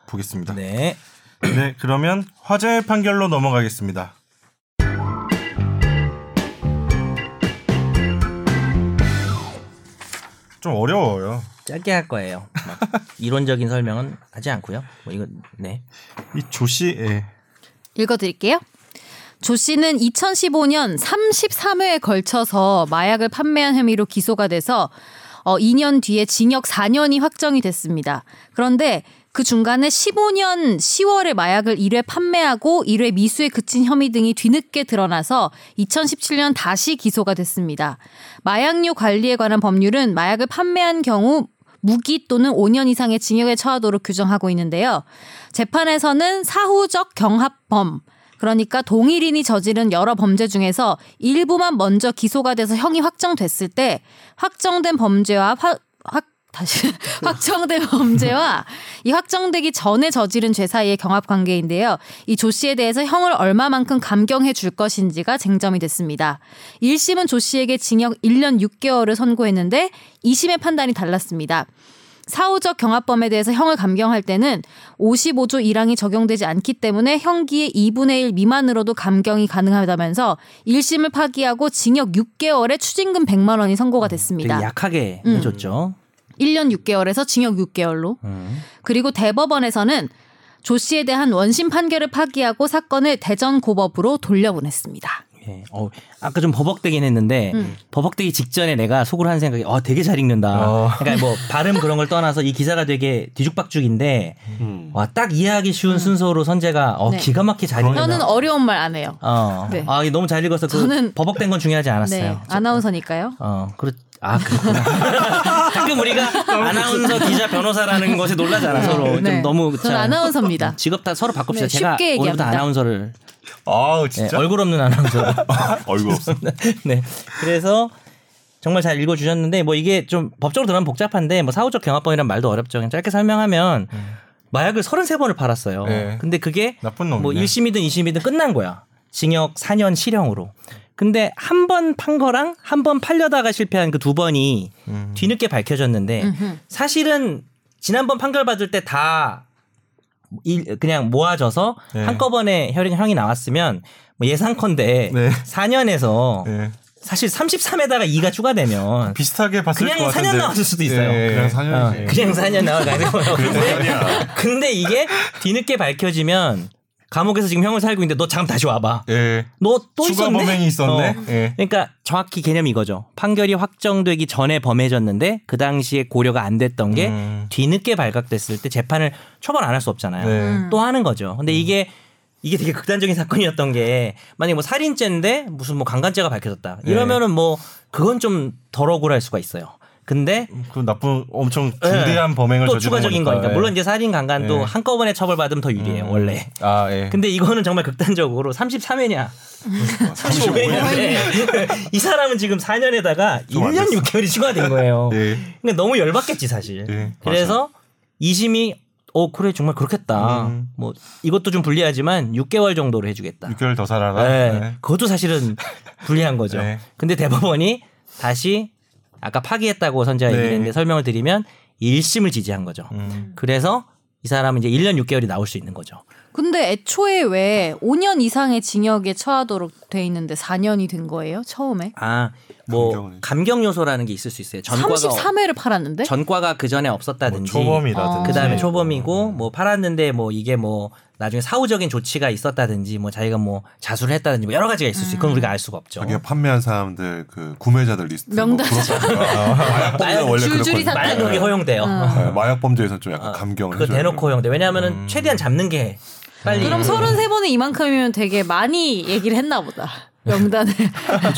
보겠습니다. 네.
네.
그러면 화재 판결로 넘어가겠습니다. 좀 어려워요.
짧게 할 거예요. 막 이론적인 설명은 하지 않고요. 뭐 이거 네.
이 조씨, 예.
읽어드릴게요. 조 씨는 2015년 33회에 걸쳐서 마약을 판매한 혐의로 기소가 돼서 어, 2년 뒤에 징역 4년이 확정이 됐습니다. 그런데 그 중간에 15년 10월에 마약을 1회 판매하고 1회 미수에 그친 혐의 등이 뒤늦게 드러나서 2017년 다시 기소가 됐습니다. 마약류 관리에 관한 법률은 마약을 판매한 경우 무기 또는 5년 이상의 징역에 처하도록 규정하고 있는데요. 재판에서는 사후적 경합범, 그러니까 동일인이 저지른 여러 범죄 중에서 일부만 먼저 기소가 돼서 형이 확정됐을 때 확정된 범죄와 화, 확, 다시 <laughs> 확정된 범죄와 이 확정되기 전에 저지른 죄 사이의 경합 관계인데요. 이 조 씨에 대해서 형을 얼마만큼 감경해 줄 것인지가 쟁점이 됐습니다. 1심은 조 씨에게 징역 1년 6개월을 선고했는데 2심의 판단이 달랐습니다. 사후적 경합범에 대해서 형을 감경할 때는 55조 1항이 적용되지 않기 때문에 형기의 2분의 1 미만으로도 감경이 가능하다면서 1심을 파기하고 징역 6개월에 추징금 100만 원이 선고가
되게
됐습니다.
음,
음.
약하게 해줬죠.
1년 6개월에서 징역 6개월로
음.
그리고 대법원에서는 조 씨에 대한 원심 판결을 파기하고 사건을 대전 고법으로 돌려보냈습니다.
예. 어, 아까 좀 버벅대긴 했는데
음.
버벅대기 직전에 내가 속으로 한 생각이 어 되게 잘 읽는다.
어.
그러니까 뭐 발음 그런 걸 떠나서 이 기사가 되게 뒤죽박죽인데
음.
와 딱 이해하기 쉬운 순서로 선재가 어
음. 네.
기가 막히게 잘 읽는다.
저는 어려운 말 안 해요.
어.
네.
아, 이거 너무 잘 읽어서 그
저는-
버벅된 건 중요하지 않았어요.
네, 아나운서니까요.
어, 그렇, 아, 그렇구나. <laughs> 가끔 우리가 아나운서, 기자, 변호사라는 것에 놀라잖아, 서로.
네.
좀 너무.
저는 아나운서입니다.
직업 다 서로 바꿉시다.
네,
제가
쉽게
오늘부터
얘기합니다.
아나운서를.
아우
네,
진짜.
얼굴 없는 아나운서.
얼굴
<laughs>
없어.
<laughs> 네. 그래서 정말 잘 읽어주셨는데, 뭐 이게 좀 법적으로 들어가면 복잡한데, 뭐 사후적 경합범이란 말도 어렵죠. 그냥 짧게 설명하면 마약을 33번을 팔았어요.
음. 네.
근데 그게
나쁜 놈이네.
뭐 1심이든 2심이든 끝난 거야. 징역 4년 실형으로. 근데 한 번 판 거랑 한 번 팔려다가 실패한 그 두 번이
음.
뒤늦게 밝혀졌는데
음흠.
사실은 지난번 판결 받을 때 다 그냥 모아져서
네.
한꺼번에 혈- 형이 나왔으면 뭐 예상컨대
네.
4년에서
예.
사실 33에다가 2가 추가되면
비슷하게 네. 봤을
그냥
것 같은데. 예,
사냥 나왔을 수도 있어요.
그냥
어,
사년이지.
그냥
<laughs>
4년 나와가는 거예요.
사년이야.
근데 이게 뒤늦게 밝혀지면 감옥에서 지금 형을 살고 있는데 너 잠깐 다시 와봐.
예.
너 또
추가
있었네.
범행이 있었네.
어.
예.
그러니까 정확히 개념이 이거죠. 판결이 확정되기 전에 범해졌는데 그 당시에 고려가 안 됐던 게
음.
뒤늦게 발각됐을 때 재판을 처벌 안 할 수 없잖아요.
네.
또 하는 거죠.
음.
근데 이게 이게 되게 극단적인 사건이었던 게 만약에 뭐 살인죄인데 무슨 뭐 강간죄가 밝혀졌다.
네.
이러면은 뭐 그건 좀 덜 억울할 수가 있어요. 근데
그 나쁜 엄청 중대한
예,
범행을
또
저지른
추가적인 거니까
예.
물론 이제 살인 강간도
예.
한꺼번에 처벌받으면 더 유리해요 원래
아 예.
근데 이거는 정말 극단적으로 33회냐
<laughs>
35회인데 <laughs> 이 사람은 지금 4년에다가
좀안
1년 6개월이 추가된 거예요
예.
그러니까 너무 열받겠지 사실
예,
그래서 이심이 어 그래 정말 그렇겠다
음.
뭐 이것도 좀 불리하지만 6개월 정도로 해주겠다
6개월 더 살아라.
네.
네.
그것도 사실은 불리한 거죠.
네.
근데 대법원이 다시 아까 파기했다고 선재가
네.
얘기했는데 설명을 드리면 1심을 지지한 거죠.
음.
그래서 이 사람은 이제 1년 6개월이 나올 수 있는 거죠.
근데 애초에 왜 5년 이상의 징역에 처하도록 돼 있는데 4년이 된 거예요? 처음에?
아, 뭐
감경을.
감경 요소라는 게 있을 수 있어요. 전과가
33회를 팔았는데?
전과가 그 전에
뭐
없었다든지
초범이라든지.
아,
네.
그다음에 초범이고 뭐 팔았는데 뭐 이게 뭐 나중에 사후적인 조치가 있었다든지 뭐 자기가 뭐 자수를 했다든지 뭐 여러 가지가 있을 수 있고 그건 우리가 알 수가 없죠.
자기가 판매한 사람들 그 구매자들 리스트 뭐
명단.
<laughs>
마약 범죄
마약
원래
줄줄이 어.
그렇거든요.
다
만약 그게 허용돼요.
네, 마약 범죄에선 좀 약간
어,
<laughs> 감경을
그거
해줘야 음.
대놓고
돼요.
형대 왜냐하면은 최대한 잡는 게 빨리
그럼 33번은 이만큼이면 되게 많이 얘기를 했나 보다.
네.
명단을.
<laughs>
그렇죠.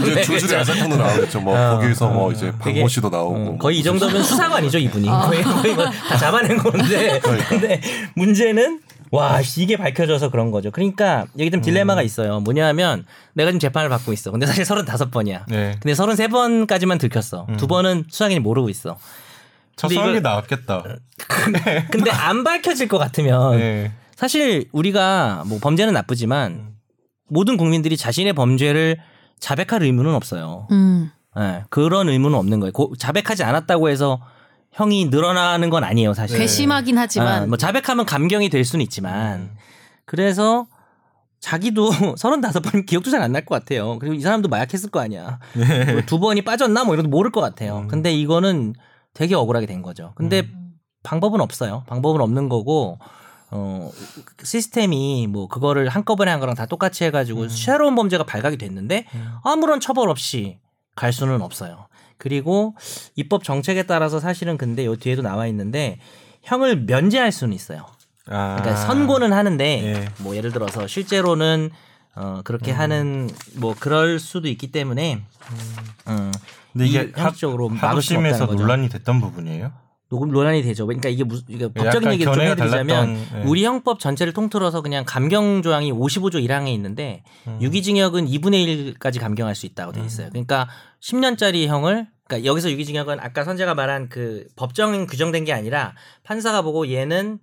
이제 줄줄이 안사탕도 나오겠죠. 뭐 거기에서 뭐 이제
되게- 음,
박모 씨도 나오고 뭐
어, 거의 이 정도면 수사관이죠 이분이
어.
거의 거의 뭐다 잡아낸 건데
그러니까.
근데 문제는 와 이게 밝혀져서 그런 거죠 그러니까 여기 좀 딜레마가
음.
있어요 뭐냐면 내가 지금 재판을 받고 있어 근데 사실 35번이야
네.
근데 33번까지만 들켰어 두 번은 수사관이 모르고 있어
저
근데
싸운 게
이걸- 어.
나왔겠다.
근데 안 밝혀질 것 같으면
네.
사실 우리가 뭐 범죄는 나쁘지만 모든 국민들이 자신의 범죄를 자백할 의무는 없어요.
음.
예, 그런 의무는 없는 거예요. 고- 자백하지 않았다고 해서 형이 늘어나는 건 아니에요, 사실.
네. 괘씸하긴 하지만
네.
네.
아, 뭐 자백하면 감경이 될 수는 있지만 그래서 자기도 <laughs> 35번 기억도 잘 안 날 것 같아요. 그리고 이 사람도 마약했을 거 아니야. 뭐두 번이 빠졌나 뭐 이런 거 모를 것 같아요.
음.
근데 이거는 되게 억울하게 된 거죠. 근데
음.
방법은 없어요. 방법은 없는 거고 어 시스템이 뭐 그거를 한꺼번에 한 거랑 다 똑같이 해가지고 새로운 범죄가 발각이 됐는데 아무런 처벌 없이 갈 수는 없어요. 그리고 입법 정책에 따라서 사실은 근데 요 뒤에도 나와 있는데 형을 면제할 수는 있어요.
아.
그러니까 선고는 하는데
예. 음.
뭐 예를 들어서 실제로는 어 그렇게 하는 뭐 그럴 수도 있기 때문에 음.
근데 이게
이 형식적으로
하-
막을 수는
하도심에서
없다는 거죠.
논란이 됐던 부분이에요.
녹음 논란이 되죠. 그러니까 이게 무슨 이게 법적인
약간
얘기를 좀
견해가
해드리자면
달랐던, 예.
우리 형법 전체를 통틀어서 그냥 감경 조항이 55조 1항에 있는데
음.
유기징역은 2분의 1까지 감경할 수 있다고 돼 있어요. 그러니까 10년짜리 형을 그러니까 여기서 유기징역은 아까 선재가 말한 그 법정 규정된 게 아니라 판사가 보고 얘는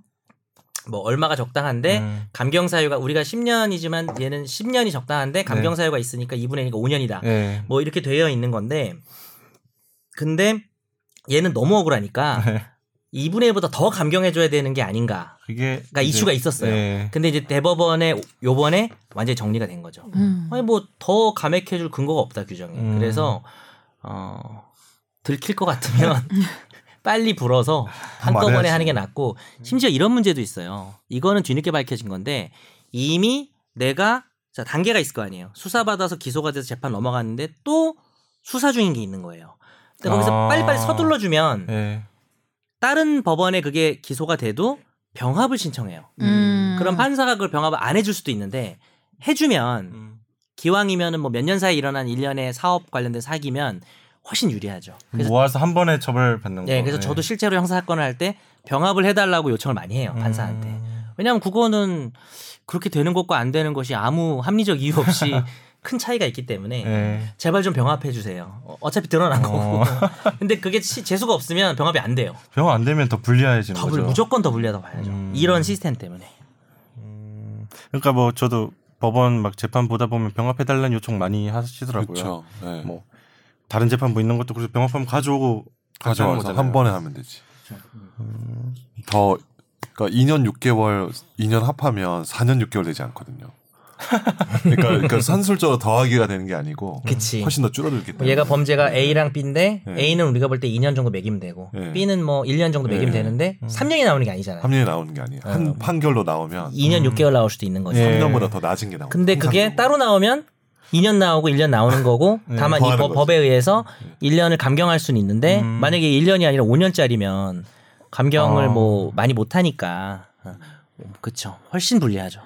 뭐 얼마가 적당한데
음.
감경 사유가 우리가 10년이지만 얘는 10년이 적당한데
네.
감경 사유가 있으니까 2분의 1이니까 5년이다.
예.
뭐 이렇게 되어 있는 건데 근데 얘는 너무 억울하니까
네.
2분의 1보다 더 감경해줘야 되는 게 아닌가.
그게
그러니까
이제-
이슈가 있었어요.
예.
근데 이제 대법원에 요번에 완전히 정리가 된 거죠.
음.
아니 뭐 더 감액해줄 근거가 없다 규정에.
음.
그래서 어 들킬 것 같으면 <laughs> 빨리 불어서 한꺼번에
말해야지.
하는 게 낫고 심지어 이런 문제도 있어요. 이거는 뒤늦게 밝혀진 건데 이미 내가 자 단계가 있을 거 아니에요. 수사 받아서 기소가 돼서 재판 넘어갔는데 또 수사 중인 게 있는 거예요. 근데 거기서
아.
빨리빨리 서둘러 주면
예.
다른 법원에 그게 기소가 돼도 병합을 신청해요.
음.
그럼 판사가 그걸 병합을 안 해줄 수도 있는데 해주면
음.
기왕이면은 뭐 몇 년 사이에 일어난 일련의 사업 관련된 사기면 훨씬 유리하죠. 그래서
모아서 한 번에 처벌받는 거.
예, 그래서 저도 실제로 형사 사건을 할 때 병합을 해달라고 요청을 많이 해요
예.
판사한테.
음.
왜냐하면 그거는 그렇게 되는 것과 안 되는 것이 아무 합리적 이유
<laughs>
없이 큰 차이가 있기 때문에
예.
제발 좀 병합해 주세요. 어, 어차피 드러난 거고. <laughs> 근데 그게 시- 재수가 없으면 병합이 안 돼요.
병원 안 되면 더 불리해지는
더
거죠.
불, 무조건 더 불리하다
네,
봐야죠.
음.
이런 시스템 때문에.
그러니까 뭐 저도 법원 막 재판 보다 보면 병합해달라는 요청 많이 하시더라고요.
그렇죠. 네.
뭐 다른 재판부 뭐 있는 것도 그래서 병합하면 가져오고 가져오는
가져와서
거잖아요.
한 번에 하면 되지. 음, 더 그러니까 2년 6개월 2년 합하면 4년 6개월 되지 않거든요. 그러니까, 그러니까 산술적으로 더하기가 되는 게 아니고
그치. 뭐
훨씬 더 줄어들기 때문에
얘가 범죄가 A랑 B인데
네.
A는 우리가 볼 때 2년 정도 매기면 되고
네.
B는 뭐 1년 정도 매기면
네.
되는데 3년이 나오는 게 아니잖아요.
합리에 나오는 게 아니에요. 한 판결로 나오면
2년 6개월 나올 수도 있는 거죠.
예.
3년보다 더 낮은 게 나오고.
근데 그게 따로 나오면 2년 나오고 1년 나오는 거고
<laughs>
다만 이 법,
네, 더하는 거지. 네. 음.
법에 의해서 1년을 감경할 수는 있는데 만약에 1년이 아니라 5년짜리면 감경을
아.
어.
뭐 많이 못 하니까 어, 그쵸 훨씬 불리하죠.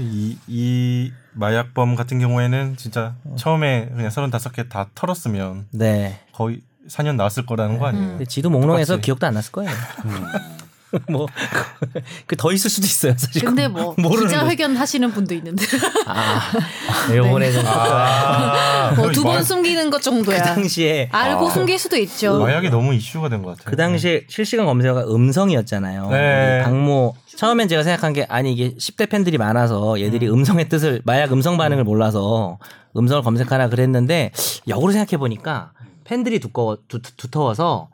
이, 이 마약범 같은 경우에는 진짜 처음에 그냥 35개 다 털었으면
네.
거의 4년 나왔을 거라는 거 아니에요.
근데 지도 몽롱해서
똑같이.
기억도 안 났을 거예요.
음.
<laughs> 뭐, 뭐그 더 있을 수도 있어요. 사실.
근데 뭐
<laughs> 모르는 거.
기자회견 하시는 분도
<laughs>
있는데
<laughs>
아
네.
요번에 좀
아,
뭐 두 번
마약-
숨기는 것
그
정도야.
당시에 아. 뭐
알고 숨길 수도 있죠.
마약이 너무 이슈가 된 것 같아요.
그 당시에 실시간 검색어가 음성이었잖아요.
네.
이 박모 처음엔 제가 생각한 게 아니 이게 10대 팬들이 많아서 얘들이 음. 성의 뜻을 마약 음성 반응을 몰라서 음성을 검색하나 그랬는데 역으로 생각해 보니까 팬들이 두꺼워 두, 터워서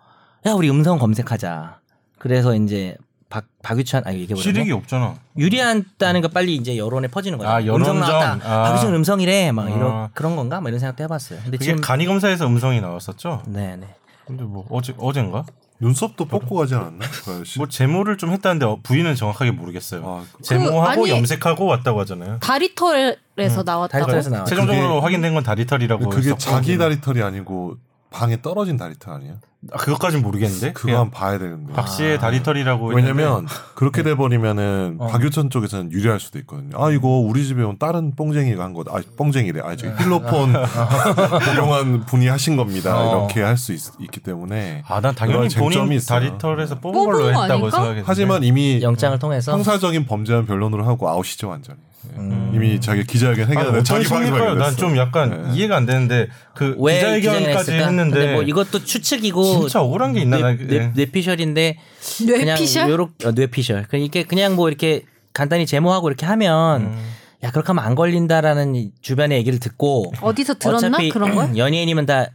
야 우리 음성 검색하자. 그래서 이제 박 박유찬 아 이게 뭐냐
실익이 없잖아.
유리한다는 거 빨리 이제 여론에 퍼지는 거죠.
아,
음성
여론전.
나왔다.
아.
박유찬 음성이래 막 이런
아.
그런 건가? 막 이런 생각도 해봤어요. 근데
그게
지금
간이 검사에서 음성이 나왔었죠.
네네
근데 뭐 어제 어젠가
눈썹도 뽑고 가지 않았나? 그 아저씨?
뭐 제모를 좀 했다는데 어, 부인은 정확하게 모르겠어요.
아, 그-
제모하고
아니-
염색하고 왔다고 하잖아요.
다리털에서 나왔다고.
음, 다리털에서 나와.
최종적으로
아, 그게-
확인된 건뭐 다리털이라고.
그게
했었고.
자기 다리털이 아니고 방에 떨어진 다리털 아니에요?
아, 그것까진 모르겠는데.
그거
그냥
한번 봐야 되는데.
박 씨의 다리털이라고.
왜냐면 그렇게 돼 버리면은
어. 음.
박유천 쪽에서는 유리할 수도 있거든요. 아 이거 우리 집에 온 다른 뽕쟁이가 한 거, 아 뽕쟁이래. 아
네.
저기 필로폰
<laughs>
이용한 분이 하신 겁니다.
아. 어.
이렇게 할 수 있기 때문에.
아난 당연히
그런 쟁점이
본인
있어요.
다리털에서 뽑은
뽑은
걸로
거
했다고
아닐까?
생각했는데.
하지만 이미
영장을 통해서
형사적인 범죄는 변론으로 하고 아웃이죠 완전히. 네. 이미 자기
음.
기자회견
아,
해결하는
어떤
자기
심리일까요?
방송을
난 좀 약간
네.
이해가 안 되는데 그
왜 기자회견을
기자회견까지
했을까? 근데
했는데
뭐 네, 이것도 추측이고
진짜 억울한 게 있나? 나- 예.
뇌피셜인데
뇌피셜?
그냥 요렇게 어, 뇌피셜. 그러니까 이게 그냥 뭐 이렇게 간단히 제모하고 이렇게 하면
음.
야 그렇게 하면 안 걸린다라는 이 주변의 얘기를 듣고
어디서 들었나
어차피 음.
그런 걸?
<clears throat> 연예인이면 다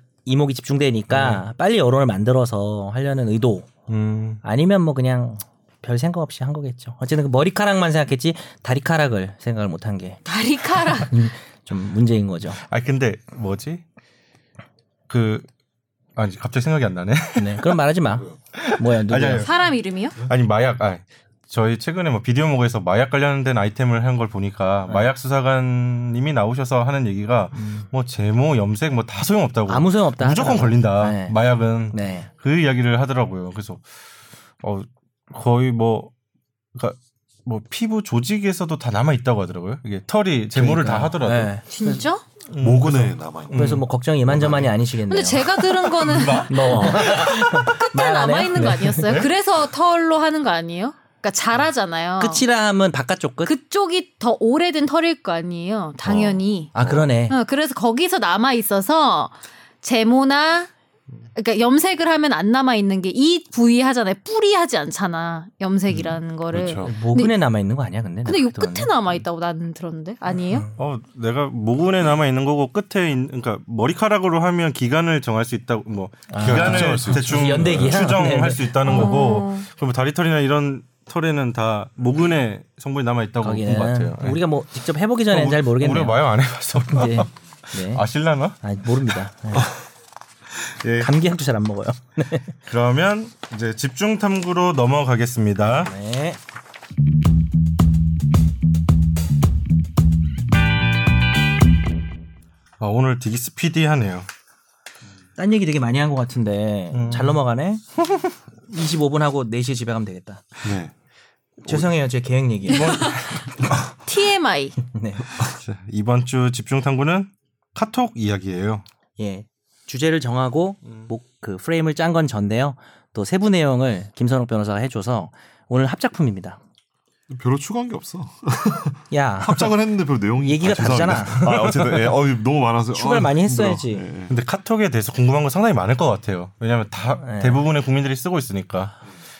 네.
이목이 집중되니까 빨리 여론을 만들어서 하려는 의도
음.
아니면 뭐 그냥 별 생각 없이 한 거겠죠. 어쨌든 그 머리카락만 생각했지 다리카락을 생각을 못 한 게 좀
다리카락.
문제인 거죠.
아 근데 뭐지? 그 아니 갑자기 생각이 안 나네.
네. 그럼 말하지 마. 뭐야
<laughs>
누구?
아니, 아니.
사람 이름이요?
네.
아니 마약 아 저희 최근에 뭐 비디오 목에서 마약 관련된 아이템을 한 걸 보니까
네.
마약 수사관님이 나오셔서 하는 얘기가 뭐 제모 염색 뭐 다 소용없다고
음. 아무 소용 없다.
무조건
하더라고요.
걸린다
네.
마약은
네.
그 이야기를 하더라고요 그래서 어 거의 뭐 그러니까 뭐 피부 조직에서도 다 남아 있다고 하더라고요 이게 털이 제모를 다
그러니까요.
하더라도 음.
네.
진짜?
모근에 남아 있는
그래서 뭐 걱정 이만저만이 아니시겠네요.
근데 제가 들은 거는 <laughs>
뭐
끝에
말안 해요?
남아 있는 거
네.
아니었어요? 그래서 털로 하는 거 아니에요? 그러니까 자라잖아요.
끝이라 하면 바깥쪽 끝.
그쪽이 더 오래된 털일 거 아니에요. 당연히.
아 그러네.
어, 그래서 거기서 남아 있어서 제모나 그러니까 염색을 하면 안 남아 있는 게 이 부위 하잖아요. 뿌리 하지 않잖아. 염색이라는 거를.
그렇죠.
모근에 남아 있는 거 아니야 근데?
근데 요
그동안에?
끝에 남아 있다고 나는 들었는데 아니에요?
어 내가 모근에 남아 있는 거고 끝에 있, 그러니까 머리카락으로 하면 기간을 정할 수 있다고 뭐
아,
기간을
결정할 수 있죠.
대충
연대기야?
추정할
네.
수 있다는 거고 그럼 뭐 다리털이나 이런 털에는 다 모근에 성분이 남아 있다고 본
거기는
것 같아요. 예.
우리가 뭐 직접 해보기 전에 잘 모르겠네요.
우리가 마요 안
<laughs>
해봤어.
네. 네. 아,
<laughs> 아실라나?
모릅니다. 네.
예.
감기약도 잘 안 먹어요.
네. 그러면 이제 집중 탐구로 넘어가겠습니다.
네.
아, 오늘 되게 스피디하네요.
딴 얘기 되게 많이 한 것 같은데
음.
잘 넘어가네. <laughs> 25분 하고 4시에 집에 가면 되겠다.
네.
죄송해요 제 계획 얘기.
TMI.
네.
자, 이번 주 집중 탐구는 카톡 이야기예요.
예. 주제를 정하고 목 그 프레임을 짠 건 전데요. 또 세부 내용을 김선욱 변호사가 해줘서 오늘 합작품입니다.
별로 추가한 게 없어. <laughs>
야
합작을 했는데 별로 내용이
얘기가
죄송합니다.
다르잖아.
아, 어쨌든 예, 어, 너무 많아서
추가를
아,
많이
힘들어.
했어야지.
예, 예.
근데 카톡에 대해서 궁금한 거 상당히 많을 것 같아요. 왜냐하면 다
네.
대부분의 국민들이 쓰고 있으니까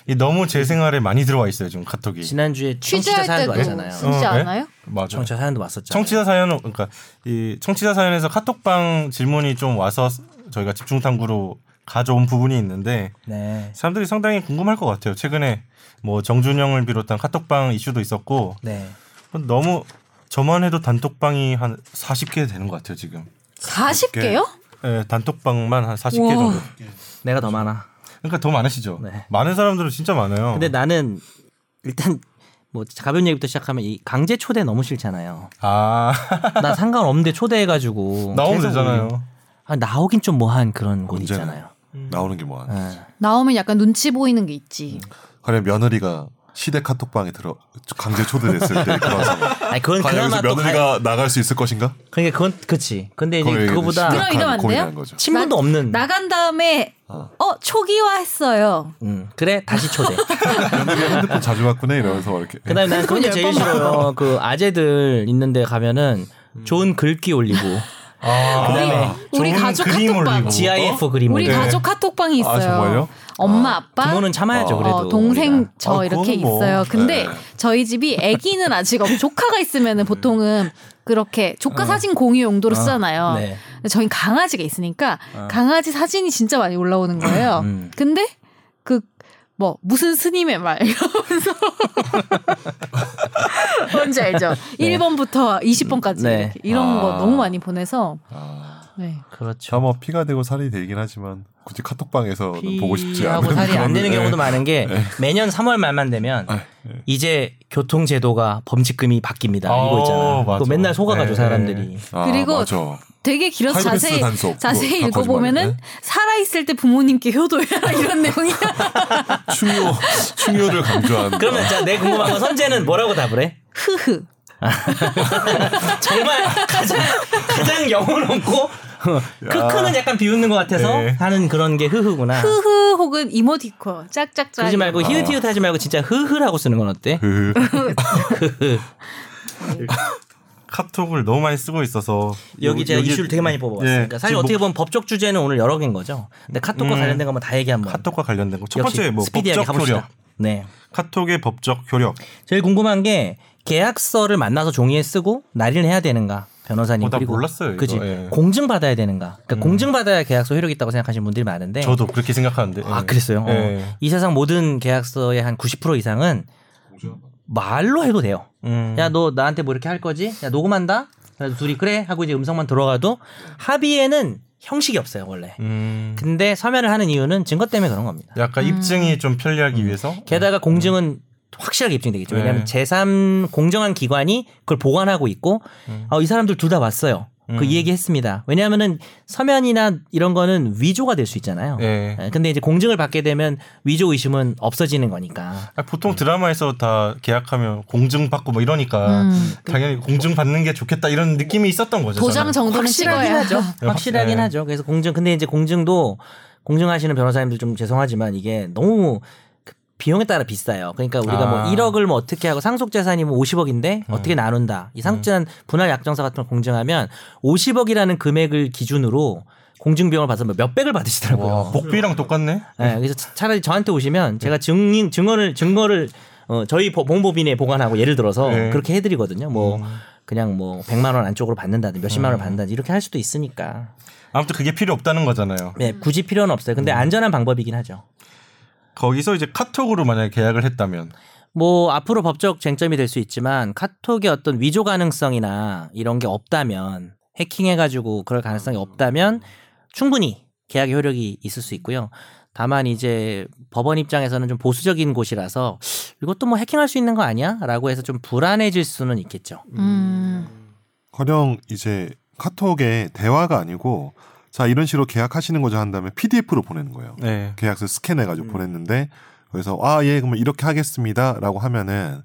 이 너무 제 생활에 많이 들어와 있어요 지금 카톡이.
지난주에 청취자
취재할
사연도
때도
왔잖아요.
쓰지
어, 네?
않아요?
맞아.
청취자 사연도 왔었잖아요.
청취자 사연 그러니까 이 청취자 사연에서 카톡방 질문이 좀 와서 저희가 집중 탐구로 가져온 부분이 있는데
네.
사람들이 상당히 궁금할 것 같아요. 최근에 뭐 정준영을 비롯한 카톡방 이슈도 있었고
네.
너무 저만 해도 단톡방이 한 40개 되는 것 같아요 지금.
40개요?
예, 단톡방만 한 40개
우와.
정도.
내가 더 많아.
그러니까 더 많으시죠.
네.
많은 사람들은 진짜 많아요.
근데 나는 일단 뭐 가벼운 얘기부터 시작하면 이 강제 초대 너무 싫잖아요.
아
나 상관없는데 초대해가지고
<laughs> 나오면
계속
되잖아요.
올리고. 아 나오긴 좀 뭐한 그런 곳
언제나.
있잖아요.
나오는 음. 게 뭐야?
예.
나오면 약간 눈치 보이는 게 있지.
과연 며느리가 시대 카톡방에 들어 강제 초대됐을 때 그런 상황. <laughs>
아니 그건
과연
그나마
여기서
또 가...
며느리가 나갈 수 있을 것인가?
그러니까 그건 그치. 근데 이제
거기에
예, 그거보다
그럼 이러면 안 돼요?
고민하는 거죠.
친분도
나-
없는.
나간 다음에 어 초기화했어요.
음, 그래 다시 초대.
며느리가 핸드폰 자주 바꾸네 이러면서 이렇게.
그다음에 난 그런 게 제일 싫어요. 그 아재들 있는데 가면은 좋은 글귀 올리고 그다음에
아, 네. 우리
아, 좋은
가족
그림
카톡방. 어?
올리고.
GIF 그림
우리
올리고.
가족 카톡방이
아,
있어요.
정말요?
엄마 아빠
부모는 참아야죠 그래도.
어, 동생
우리가.
저
아,
이렇게
그건 뭐.
있어요. 근데
네.
저희 집이 아기는 아직 없고 조카가 있으면은 보통은 그렇게
어.
조카 사진 공유 용도로 쓰잖아요.
네.
근데 저희 강아지가 있으니까
어.
강아지 사진이 진짜 많이 올라오는 거예요.
음.
근데 그 뭐 무슨 스님의 말 이러면서 <laughs> 뭔지 알죠? 1번부터 20번까지
네.
이렇게 이런
아.
거 너무 많이 보내서
아,
네.
그렇죠.
참뭐 피가 되고 살이 되긴 하지만 굳이 카톡방에서 보고 싶지
하고
않은
살이 안
그런-
되는
예.
경우도 많은 게 매년 3월 말만 되면 이제 교통 제도가 범칙금이 바뀝니다. 이거
어,
있잖아.
맞아.
그거 맨날 속아가지고
네.
사람들이.
<laughs> 아,
그리고
맞아.
되게 길어서
하이패스
자세히
단속.
자세히
그거 다
읽어보면은
거짓말이네.
살아 있을 때 부모님께
<laughs>
효도해라 이런 내용이야.
충요 <laughs> 충요를 강조한.
<laughs>
아,
그러면 자, 내 궁금한 건 선재는 뭐라고 답을 해?
흐흐.
정말 가장 가장 영혼 없고 그 크크는 약간 비웃는 것 같아서
네.
하는 그런 게 흐흐구나.
흐흐 혹은 이모티콘 짝짝짝.
그러지 말고 히읗히읗 하지 말고 진짜 흐흐라고 쓰는 건 어때?
그-
카톡을 너무 많이 쓰고 있어서
여기
요-
제가
여기
이슈를 되게 많이 뽑아봤으니까
예,
사실
지금
어떻게 보면 법적 주제는 오늘 여러 개인 거죠. 근데 카톡과
음.
관련된 것만 다 얘기한 번.
카톡과 관련된 거 첫
역시
번째 뭐
스피디하게
법적
가봅시다.
효력
네.
카톡의 법적 효력
제일 궁금한 게 계약서를 만나서 종이에 쓰고 날인해야 되는가 변호사님
어, 나
그리고
몰랐어요, 이거.
그지
예. 음.
공증 받아야 되는가 그러니까 공증 받아야 계약서 효력이 있다고 생각하시는 분들이 많은데
저도 그렇게 생각하는데
아
예.
그랬어요. 어.
예.
이 세상 모든 계약서의 한 90% 이상은 말로 해도 돼요.
음.
야 너 나한테 뭐 이렇게 할 거지? 야 녹음한다. 그래서 둘이 그래 하고 이제 음성만 들어가도 합의에는 형식이 없어요 원래.
음. 네.
근데 서면을 하는 이유는 증거 때문에 그런 음. 겁니다.
약간 입증이 좀 편리하기 위해서
게다가 공증은 확실하게 입증되겠죠. 왜냐하면
음. 네.
제3 공정한 기관이 그걸 보관하고 있고 어, 이 사람들 둘 다 왔어요. 그
음.
얘기했습니다. 왜냐하면은 서면이나 이런 거는 위조가 될 수 있잖아요.
예.
예, 근데 이제 공증을 받게 되면 위조 의심은 없어지는 거니까.
아, 보통 드라마에서 다 계약하면 공증 받고 뭐 이러니까
음.
아,
당연히 공증 받는 게 좋겠다 이런 느낌이 있었던 거죠.
도장
저는.
정도는
확실하긴
찍어야 <laughs>
하죠. 확실하긴
네.
하죠. 그래서 공증 근데 이제 공증도 공증하시는 변호사님들 좀 죄송하지만 이게 너무 그 비용에 따라 비싸요. 그러니까 우리가
아. 음.
뭐 1억을 뭐 어떻게 하고 상속 재산이 뭐 50억인데 어떻게 나눈다. 이 상속 재산 분할 약정서 같은 걸 공증하면 50억이라는 금액을 기준으로 공증 비용을 받아서 몇 백을 받으시더라고요.
와, 복비랑 똑같네.
네, 그래서 차- 차라리 저한테 오시면 제가 증인 증언을 증거를 어, 저희 보- 공법인에 보관하고 예를 들어서
네.
그렇게 해드리거든요. 뭐 그냥 뭐 100만 원 안쪽으로 받는다든 몇십만 원 받는다든 이렇게 할 수도 있으니까
아무튼 그게 필요 없다는 거잖아요.
네, 굳이 필요는 없어요. 근데 안전한 방법이긴 하죠.
거기서 이제 카톡으로 만약에 계약을 했다면
뭐 앞으로 법적 쟁점이 될 수 있지만 카톡의 어떤 위조 가능성이나 이런 게 없다면 해킹해가지고 그럴 가능성이
음.
없다면 충분히 계약의 효력이 있을 수 있고요. 다만 이제 법원 입장에서는 좀 보수적인 곳이라서 이것도 뭐 해킹할 수 있는 거 아니야?라고 해서 좀 불안해질 수는 있겠죠.
음.
커녕 이제 카톡에 대화가 아니고 자 이런 식으로 계약하시는 거죠 한 다음에 PDF로 보내는 거예요.
네.
계약서 스캔해가지고
음.
보냈는데 그래서 아 예 그러면 이렇게 하겠습니다라고 하면은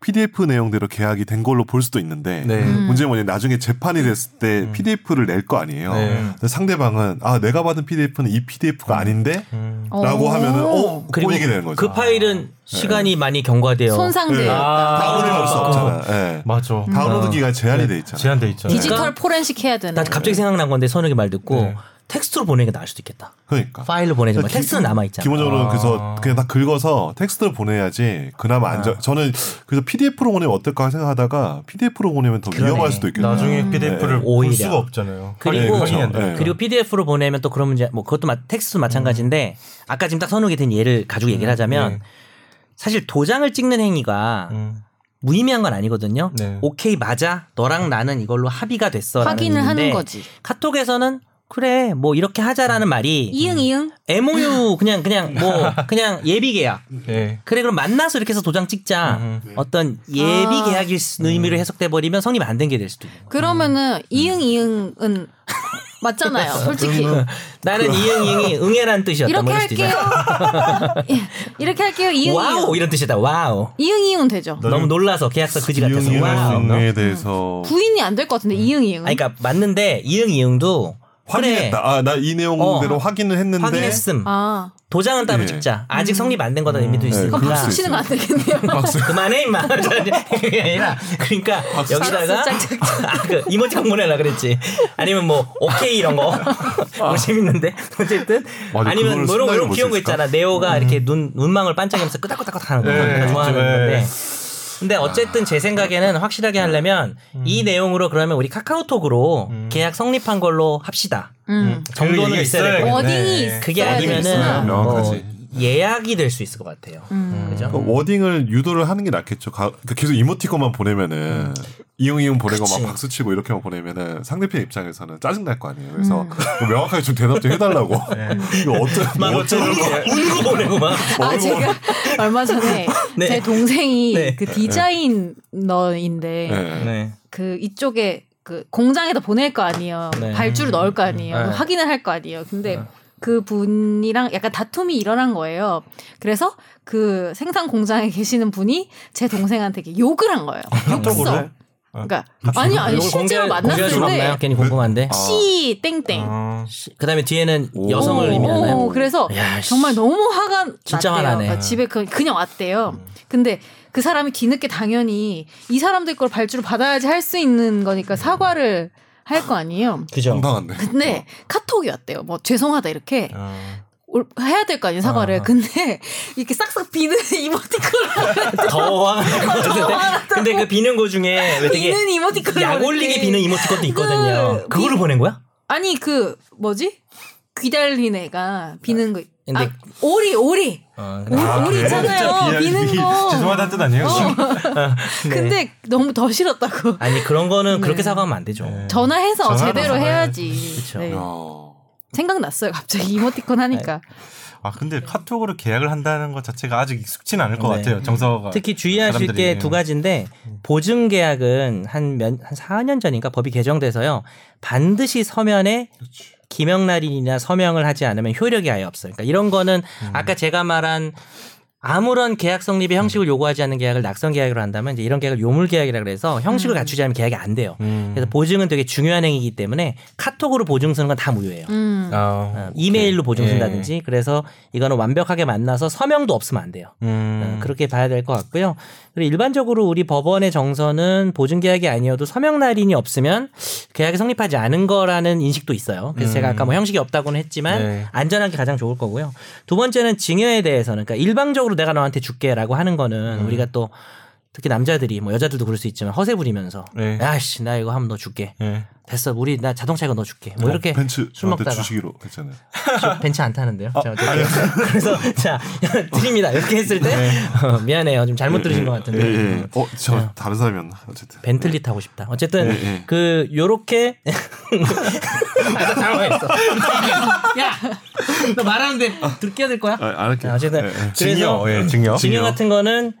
PDF 내용대로 계약이 된 걸로 볼 수도 있는데
네. 음.
음.
문제는 뭐냐 나중에 재판이 됐을 때 PDF를 낼 거 아니에요.
네.
근데 상대방은 아 내가 받은 PDF는 이 PDF가 아닌데라고
음.
오.
하면은 어 꼬이게 되는 거죠. 아,
그 파일은 시간이 많이 경과돼요.
손상돼요.
네. 다운을
음. 아.
할수 없잖아. 예.
맞아. 네.
다운로드 기간 제한이 돼 있잖아.
음. 제한돼
네.
있잖아요.
디지털 포렌식 해야 되는.
나 갑자기 생각난 건데 선욱이 말 듣고
네.
텍스트로 보내는 게 나을 수도 있겠다.
그러니까.
파일로 보내지 말
기-
텍스트는 남아 있잖아.
기본적으로는
아.
그래서 그냥 다 긁어서 텍스트를 보내야지 그나마 안전. 저는 그래서 PDF로 보내면 어떨까 생각하다가 PDF로 보내면 더
그러네.
위험할 수도 있겠네요.
나중에 PDF를 볼
오히려.
수가 없잖아요.
그리고
확인, 확인이 안
그렇죠.
돼요.
네.
그리고 PDF로 보내면 또 그런 문제, 뭐 그것도 마- 텍스트 마찬가지인데 아까 지금 딱 선욱이 된 예를 가지고 얘기를 하자면
네.
사실 도장을 찍는 행위가
음.
무의미한 건 아니거든요.
네.
오케이 맞아, 너랑 나는 이걸로 합의가 됐어.
확인을 하는 거지.
카톡에서는 그래 뭐 이렇게 하자라는 말이
이응 이응. <laughs>
MOU 그냥 그냥 뭐 그냥 예비 계약.
네.
그래 그럼 만나서 이렇게 해서 도장 찍자. 네. 어떤 예비
아.
계약일 수- 의미로 해석돼 버리면 성립 안 된 게 될 수도 있고. <laughs> 음.
그러면은 이응 이응은 <laughs> 맞잖아요. 솔직히
나는 이응 이응이 응애란 뜻이었다. 뭐
이렇게
이럴 음. 수도 있잖아.
할게요. <laughs> 예. 이렇게 할게요. 이응
와우
이응.
이런 뜻이다. 와우.
이응 이응 되죠.
너무 놀라서 계약서 그지 같아서 와우. 음.
비용이용에 대해서
부인이 안 될 것 같은데 이응 이응은.
아니 그러니까 맞는데 이응 이응도
확인했다. 아 나 이 내용대로
어.
확인을 했는데
확인했음.
아.
도장은 따로
예. 음. 네,
찍자.
음.
아직 성립 안 된 거다 의미도 있으니까.
그럼
그럴
박수
수도
치는 거 안 되겠네요.
그만해 임마. 이게 아니라 그러니까 <laughs>
<laughs>
여기다가 아, 그 이모티콘 보내라 그랬지. 아니면 뭐 오케이 이런 거.
아.
뭐 재밌는데 어쨌든
맞아,
아니면
그거를
뭐 이런 거
순간에
이런 거
볼수
귀여운 거
있을까? 음. 네,
있잖아. 네오가 이렇게 눈 눈망울 반짝이면서 끄덕끄덕 하는 거
예,
내가 좋아하는
진짜, 예.
건데. 근데 어쨌든 제 생각에는 확실하게 하려면
음.
이 내용으로 그러면 우리 카카오톡으로 계약 성립한 걸로 합시다.
음.
그
정도는
얘기가
있어야 될
있어야겠네.
것 같아요.
워딩이 있어야
그게 아니면은 음.
되겠구나.
뭐
명확하지.
예약이 될 수 있을 것 같아요.
음.
그러니까
그죠?
워딩을 유도를 하는 게 낫겠죠. 가- 그러니까 계속 이모티콘만 보내면은 이용이용 보내고
음. 그치.
막 박수 치고 이렇게만 보내면은 상대편 입장에서는 짜증 날 거 아니에요.
음.
그래서 뭐 명확하게 좀 대답 좀 해달라고. 이거 어쩌
막
뭐 어쩌는
어쩌고 <laughs>
거. <laughs>
울고 보내고 막.
아 제가
<laughs>
얼마 전에
네.
제 동생이
네.
그 디자이너인데
네.
네.
그 이쪽에 그 공장에다 보낼 거 아니에요.
네.
발주를 넣을 거 아니에요.
네.
확인을 할 거 아니에요. 근데 그 분이랑 약간 다툼이 일어난 거예요. 그래서
어,
그 생산 공장에 계시는 분이 제 동생한테 이렇게 욕을 한 거예요. 욕설. 그러니까 아니 아니
이걸
실제로
공개- 공개할 수가 없나요?
만났는데
괜히 궁금한데.
C
네.
땡땡
아,
시- 그다음에 뒤에는
오.
여성을
오,
의미하나요?
오, 그래서
야, 씨.
정말 너무 화가
진짜
났대요.
화나네. 음.
그러니까 집에 그, 그냥 왔대요. 근데 그 사람이 뒤늦게 당연히 이 사람들 걸 발주를 받아야지 할 수 있는 거니까 사과를 할 거 아니에요.
그죠.
황당한데.
근데
어.
카톡이 왔대요. 뭐 죄송하다 이렇게
아.
올- 해야 될 거 아니에요 사과를.
어.
아.
근데 이렇게 싹싹 비는 <laughs>
아,
이모티콘을
더 화가 나는데 근데 그 비는 거 중에 왜 되게
비는 그 이모티콘을
약
보냈대.
올리게 비는 이모티콘도 있거든요.
그
그거를 보낸 거야?
아니 그 뭐지 귀달린 애가 비는 거.
근데-
아, 오리 오리
어,
그래요?
오- 오리
<laughs>
있잖아요.
진짜
비는 거.
죄송하다는 뜻 아니에요? 네.
근데 너무 더 싫었다고.
아니 그런 거는
네.
그렇게 사과하면 안 되죠.
네.
전화해서
전화로
제대로
전화해.
해야지.
그쵸.
네.
어.
생각났어요. 갑자기 이모티콘 하니까.
아 근데 카톡으로 계약을 한다는 것 자체가 아직 익숙진 않을 것
네.
같아요. 정서가
특히 주의하실 게
사람들이.
두 가지인데 보증 계약은 한몇한 4년 전인가 법이 개정돼서요. 반드시 서면에 기명날인이나 서명을 하지 않으면 효력이 아예 없어요. 그러니까 이런 거는
음.
아까 제가 말한 아무런 계약 성립의 형식을 요구하지 않는 계약을 낙선 계약으로 한다면 이제 이런 계약을 요물 계약이라 그래서 형식을 갖추지 않으면 계약이 안 돼요.
음.
그래서 보증은 되게 중요한 행위이기 때문에 카톡으로 보증 쓰는 건 다 무효예요.
음.
아,
어, 이메일로 보증 쓴다든지 그래서 이거는 완벽하게 만나서 서명도 없으면 안 돼요.
음.
어, 그렇게 봐야 될 것 같고요. 그리고 일반적으로 우리 법원의 정서는 보증계약이 아니어도 서명날인이 없으면 계약이 성립하지 않은 거라는 인식도 있어요. 그래서
음.
제가 아까 뭐 형식이 없다고는 했지만
네.
안전한 게 가장 좋을 거고요. 두 번째는 징여에 대해서는 그러니까 일방적으로 내가 너한테 줄게라고 하는 거는 우리가 또 특히 남자들이 뭐 여자들도 그럴 수 있지만 허세 부리면서
네.
야씨 나 이거 하면 너 줄게
예.
됐어 우리 나 자동차 이거 너 줄게 뭐 이렇게
벤츠
술
저한테
먹다가
주시기로 했잖아요.
<laughs>
저 벤츠 안 타는데요. 자, 어쨌든. <laughs> 그래서 자 <laughs> 드립니다. 이렇게 했을 때
네.
<laughs> 어, 미안해요. 좀 잘못 들으신 것 같은데.
예, 예. 어, 저
네.
다른 사람이었나? 어쨌든.
벤틀리 타고 싶다. 어쨌든
네,
예, 예.
그 요렇게 <laughs> 아,
<laughs>
나 당황했어. 야, 너 말하는데
어.
들껴야 될 거야?
아, 안 할게요.
아, 어쨌든
예, 예.
네, 증여,
그래서 음,
예, 증여.
증여 같은 거는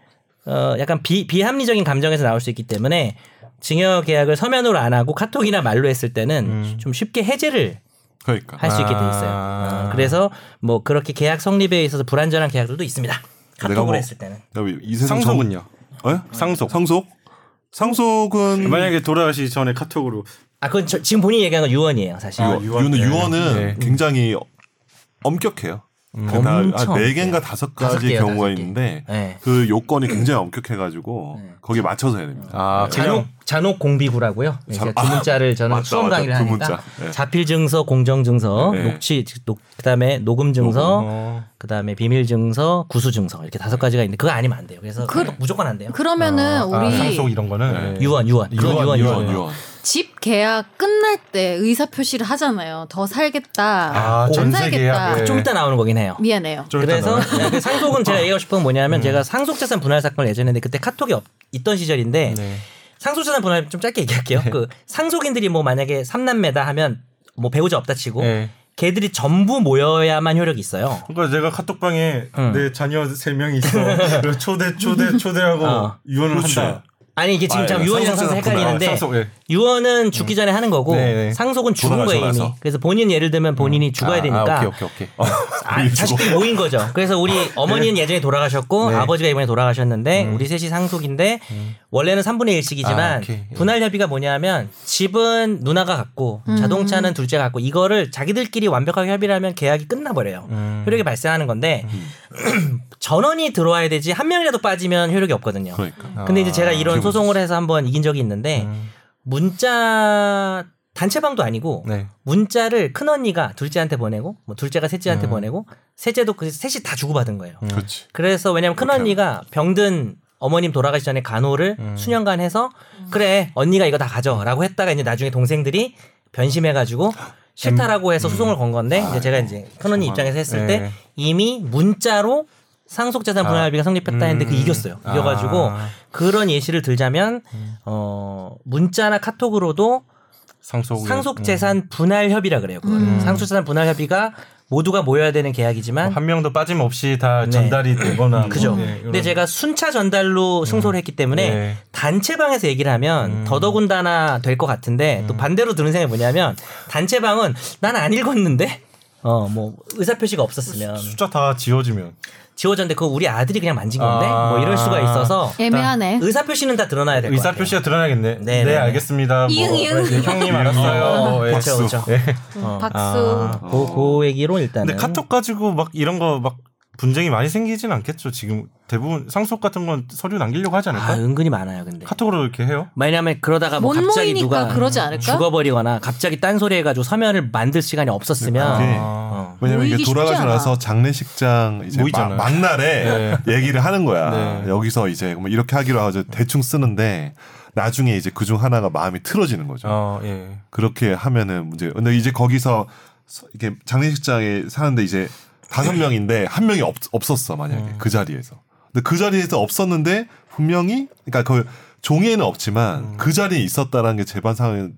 어 약간 비, 비합리적인 감정에서 나올 수 있기 때문에 증여 계약을 서면으로 안 하고 카톡이나 말로 했을 때는
음.
좀 쉽게 해제를
그러니까.
할 수 있게 돼 있어요.
아.
어, 그래서 뭐 그렇게 계약 성립에 있어서 불안전한 계약들도 있습니다.
내가
카톡으로
뭐-
했을 때는.
그다음에 이 세상
상속.
정은요. 어?
상속. 음,
상속?
그
상속은
만약에 돌아가시기 전에 카톡으로
아 그건 저- 지금 본인이 얘기한 건 유언이에요, 사실.
유언.
아, 유언,
예.
유언은
예.
굉장히 엄격해요. 아,
엄청
그네
엄격해요.
개인가 다섯
다섯
가지
개예요, 다섯
경우가
개.
있는데
네.
그 요건이 굉장히 엄격해가지고 거기에 맞춰서 해야 됩니다.
아
잔혹 잔혹 공비구라고요. 네,
잔-
제가 두 문자를 저는
맞다,
수험
맞다.
강의를
두
하니까
문자. 네.
자필 증서, 공정 증서,
네.
녹취 즉, 녹, 그다음에 녹음 증서,
어.
그다음에 비밀 증서, 구수 증서 이렇게 다섯 가지가 있는데 그거 아니면 안 돼요. 그래서
그-
무조건 안 돼요.
그러면은
아,
우리
상속 이런 거는 예.
유언, 유언. 그렇죠. 그건
유언,
유언,
유언,
유언.
유언.
집 계약 끝날 때 의사 표시를 하잖아요. 더 살겠다.
아,
못
전세
살겠다.
계약. 예.
좀 이따 나오는 거긴 해요.
미안해요.
좀 이따
그래서
나와요.
그 상속은 제가 얘기하고 싶은 건
네.
뭐냐면 제가 상속재산 분할 사건을 예전에 했는데 그때 카톡이 없- 있던 시절인데
네.
상속재산 분할 좀 짧게 얘기할게요. 그 상속인들이 뭐 만약에 삼남매다 하면 뭐 배우자 없다 치고
네.
걔들이 전부 모여야만 효력이 있어요.
그러니까 내가 카톡방에
응.
내 자녀 세 명이 있어. 그래서 초대 <laughs> 초대 초대하고
어.
유언을
그렇죠.
한다.
아니 이게 지금
아,
참
네.
예.
유언이랑 상속
상속재산 분할.
헷갈리는데
상속, 예.
유언은 죽기 전에 하는 거고
네, 네.
상속은 죽은
돌아가서,
거예요 이미.
돌아가서.
그래서 본인 예를 들면 본인이 죽어야 되니까
아, 오케이 오케이 오케이.
어,
아, 자식들이 모인 거죠. 그래서 우리 어머니는 예전에 돌아가셨고
아, 네. 음.
아버지가 이번에 돌아가셨는데 우리 셋이 상속인데 원래는 3분의 1씩이지만
아, 오케이. 예.
분할 협의가 뭐냐면 집은 누나가 갖고 자동차는 둘째가 갖고 이거를 자기들끼리 완벽하게 협의를 하면 계약이 끝나버려요.
음.
효력이 발생하는 건데 <clears throat> 전원이 들어와야 되지 한 명이라도 빠지면 효력이 없거든요.
그러니까.
아.
근데 이제 제가 이런
그게 무슨
소송을 해서 한번 이긴 적이 있는데
음.
문자 단체방도 아니고
네.
문자를 큰 언니가 둘째한테 보내고 뭐 둘째가 셋째한테 보내고 셋째도 그 셋이 다 주고받은 거예요.
그렇지.
그래서 왜냐면 큰
그렇게
언니가 병든 어머님 돌아가시 전에 간호를 수년간 해서 그래 언니가 이거 다 가져라고 했다가 이제 나중에 동생들이 변심해가지고 싫다라고 해서 소송을 건 건데 이제 제가 이제 큰 언니
정말.
입장에서 했을
예.
때 이미 문자로 상속재산 분할비가 성립했다 했는데 그 이겼어요.
아.
이겨가지고 그런 예시를 들자면 어 문자나 카톡으로도
상속 음. 뭐
상속 재산 분할 협의라 그래요. 그거는 상속 재산 분할 협의가 모두가 모여야 되는 계약이지만
한 명도 빠짐없이 다
네.
전달이 되거나
그죠.
뭐, 예,
근데
이런-
제가 순차 전달로 승소를 했기 때문에
네. 음.
단체방에서 얘기를 하면 더더군다나 될 것 같은데 또 반대로 드는 생각이 뭐냐면 단체방은 난 안 읽었는데 어, 뭐 의사 표시가 없었으면
숫자 다 지워지면
지워졌는데 그거 우리 아들이 그냥 만진 건데 뭐 이럴 수가 있어서
예. 애매하네.
의사 표시는 다 드러나야 될것
의사
같아요.
표시가 드러나야겠네. 네,
네, 네.
알겠습니다. 뭐,
이응, 이응.
네, 형님 알았어요. 예.
그렇죠, 그렇죠.
예.
어.
음, 박수.
아.
그, 그 얘기로 일단은
근데 카톡 가지고 막 이런 거 막 분쟁이 많이 생기진 않겠죠. 지금 대부분 상속 같은 건 서류 남기려고 하지
아,
않을까?
은근히 많아요, 근데.
카톡으로 이렇게 해요.
왜냐면 그러다가 뭐
못
갑자기
모이니까
누가
그러지 않을까?
죽어버리거나 갑자기 딴소리 해가지고 서면을 만들 시간이 없었으면
그게
아.
왜냐면
모이기
이게
쉽지
돌아가고
않아.
나서 장례식장 이제
모이잖아요.
막, 날에 얘기를 하는 거야.
네.
여기서 이제 뭐 이렇게 하기로 하죠. 대충 쓰는데 나중에 이제 그중 하나가 마음이 틀어지는 거죠.
어, 예.
그렇게 하면은 문제. 근데 이제 거기서 서- 이렇게 장례식장에 사는데 이제 다섯 명인데 한 명이 없, 없었어 만약에
음.
그 자리에서. 근데 그 자리에서 없었는데 분명히 그러니까 그 종이에는 없지만
음.
그 자리에 있었다라는 게 재판 상황에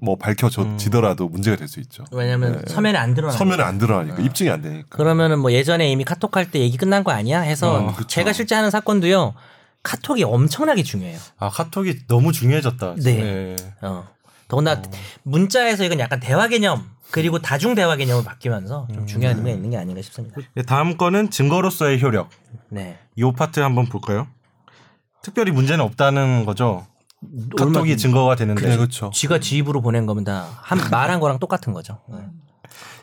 뭐
음.
밝혀지더라도 문제가 될 수 있죠.
왜냐면 서면에 안 드러나.
서면에 안 들어가니까
음.
입증이 안 되니까.
그러면은 뭐 예전에 이미 카톡 할 때 얘기 끝난 거 아니야? 해서 제가 실제 하는 사건도요. 카톡이 엄청나게 중요해요.
아, 카톡이 너무 중요해졌다.
네.
예.
어. 더구나 문자에서 이건 약간 대화 개념 그리고 다중 대화 개념으로 바뀌면서 좀 중요한 의미가 있는 게 아닌가 싶습니다.
네, 다음 거는 증거로서의 효력.
네.
요 파트 한번 볼까요? 특별히 문제는 없다는 거죠. 카톡이 증거가 되는데 네,
그렇죠.
네. 쥐가 지 입으로 보낸 거면 다 한- 말한 거랑 똑같은 거죠. 네.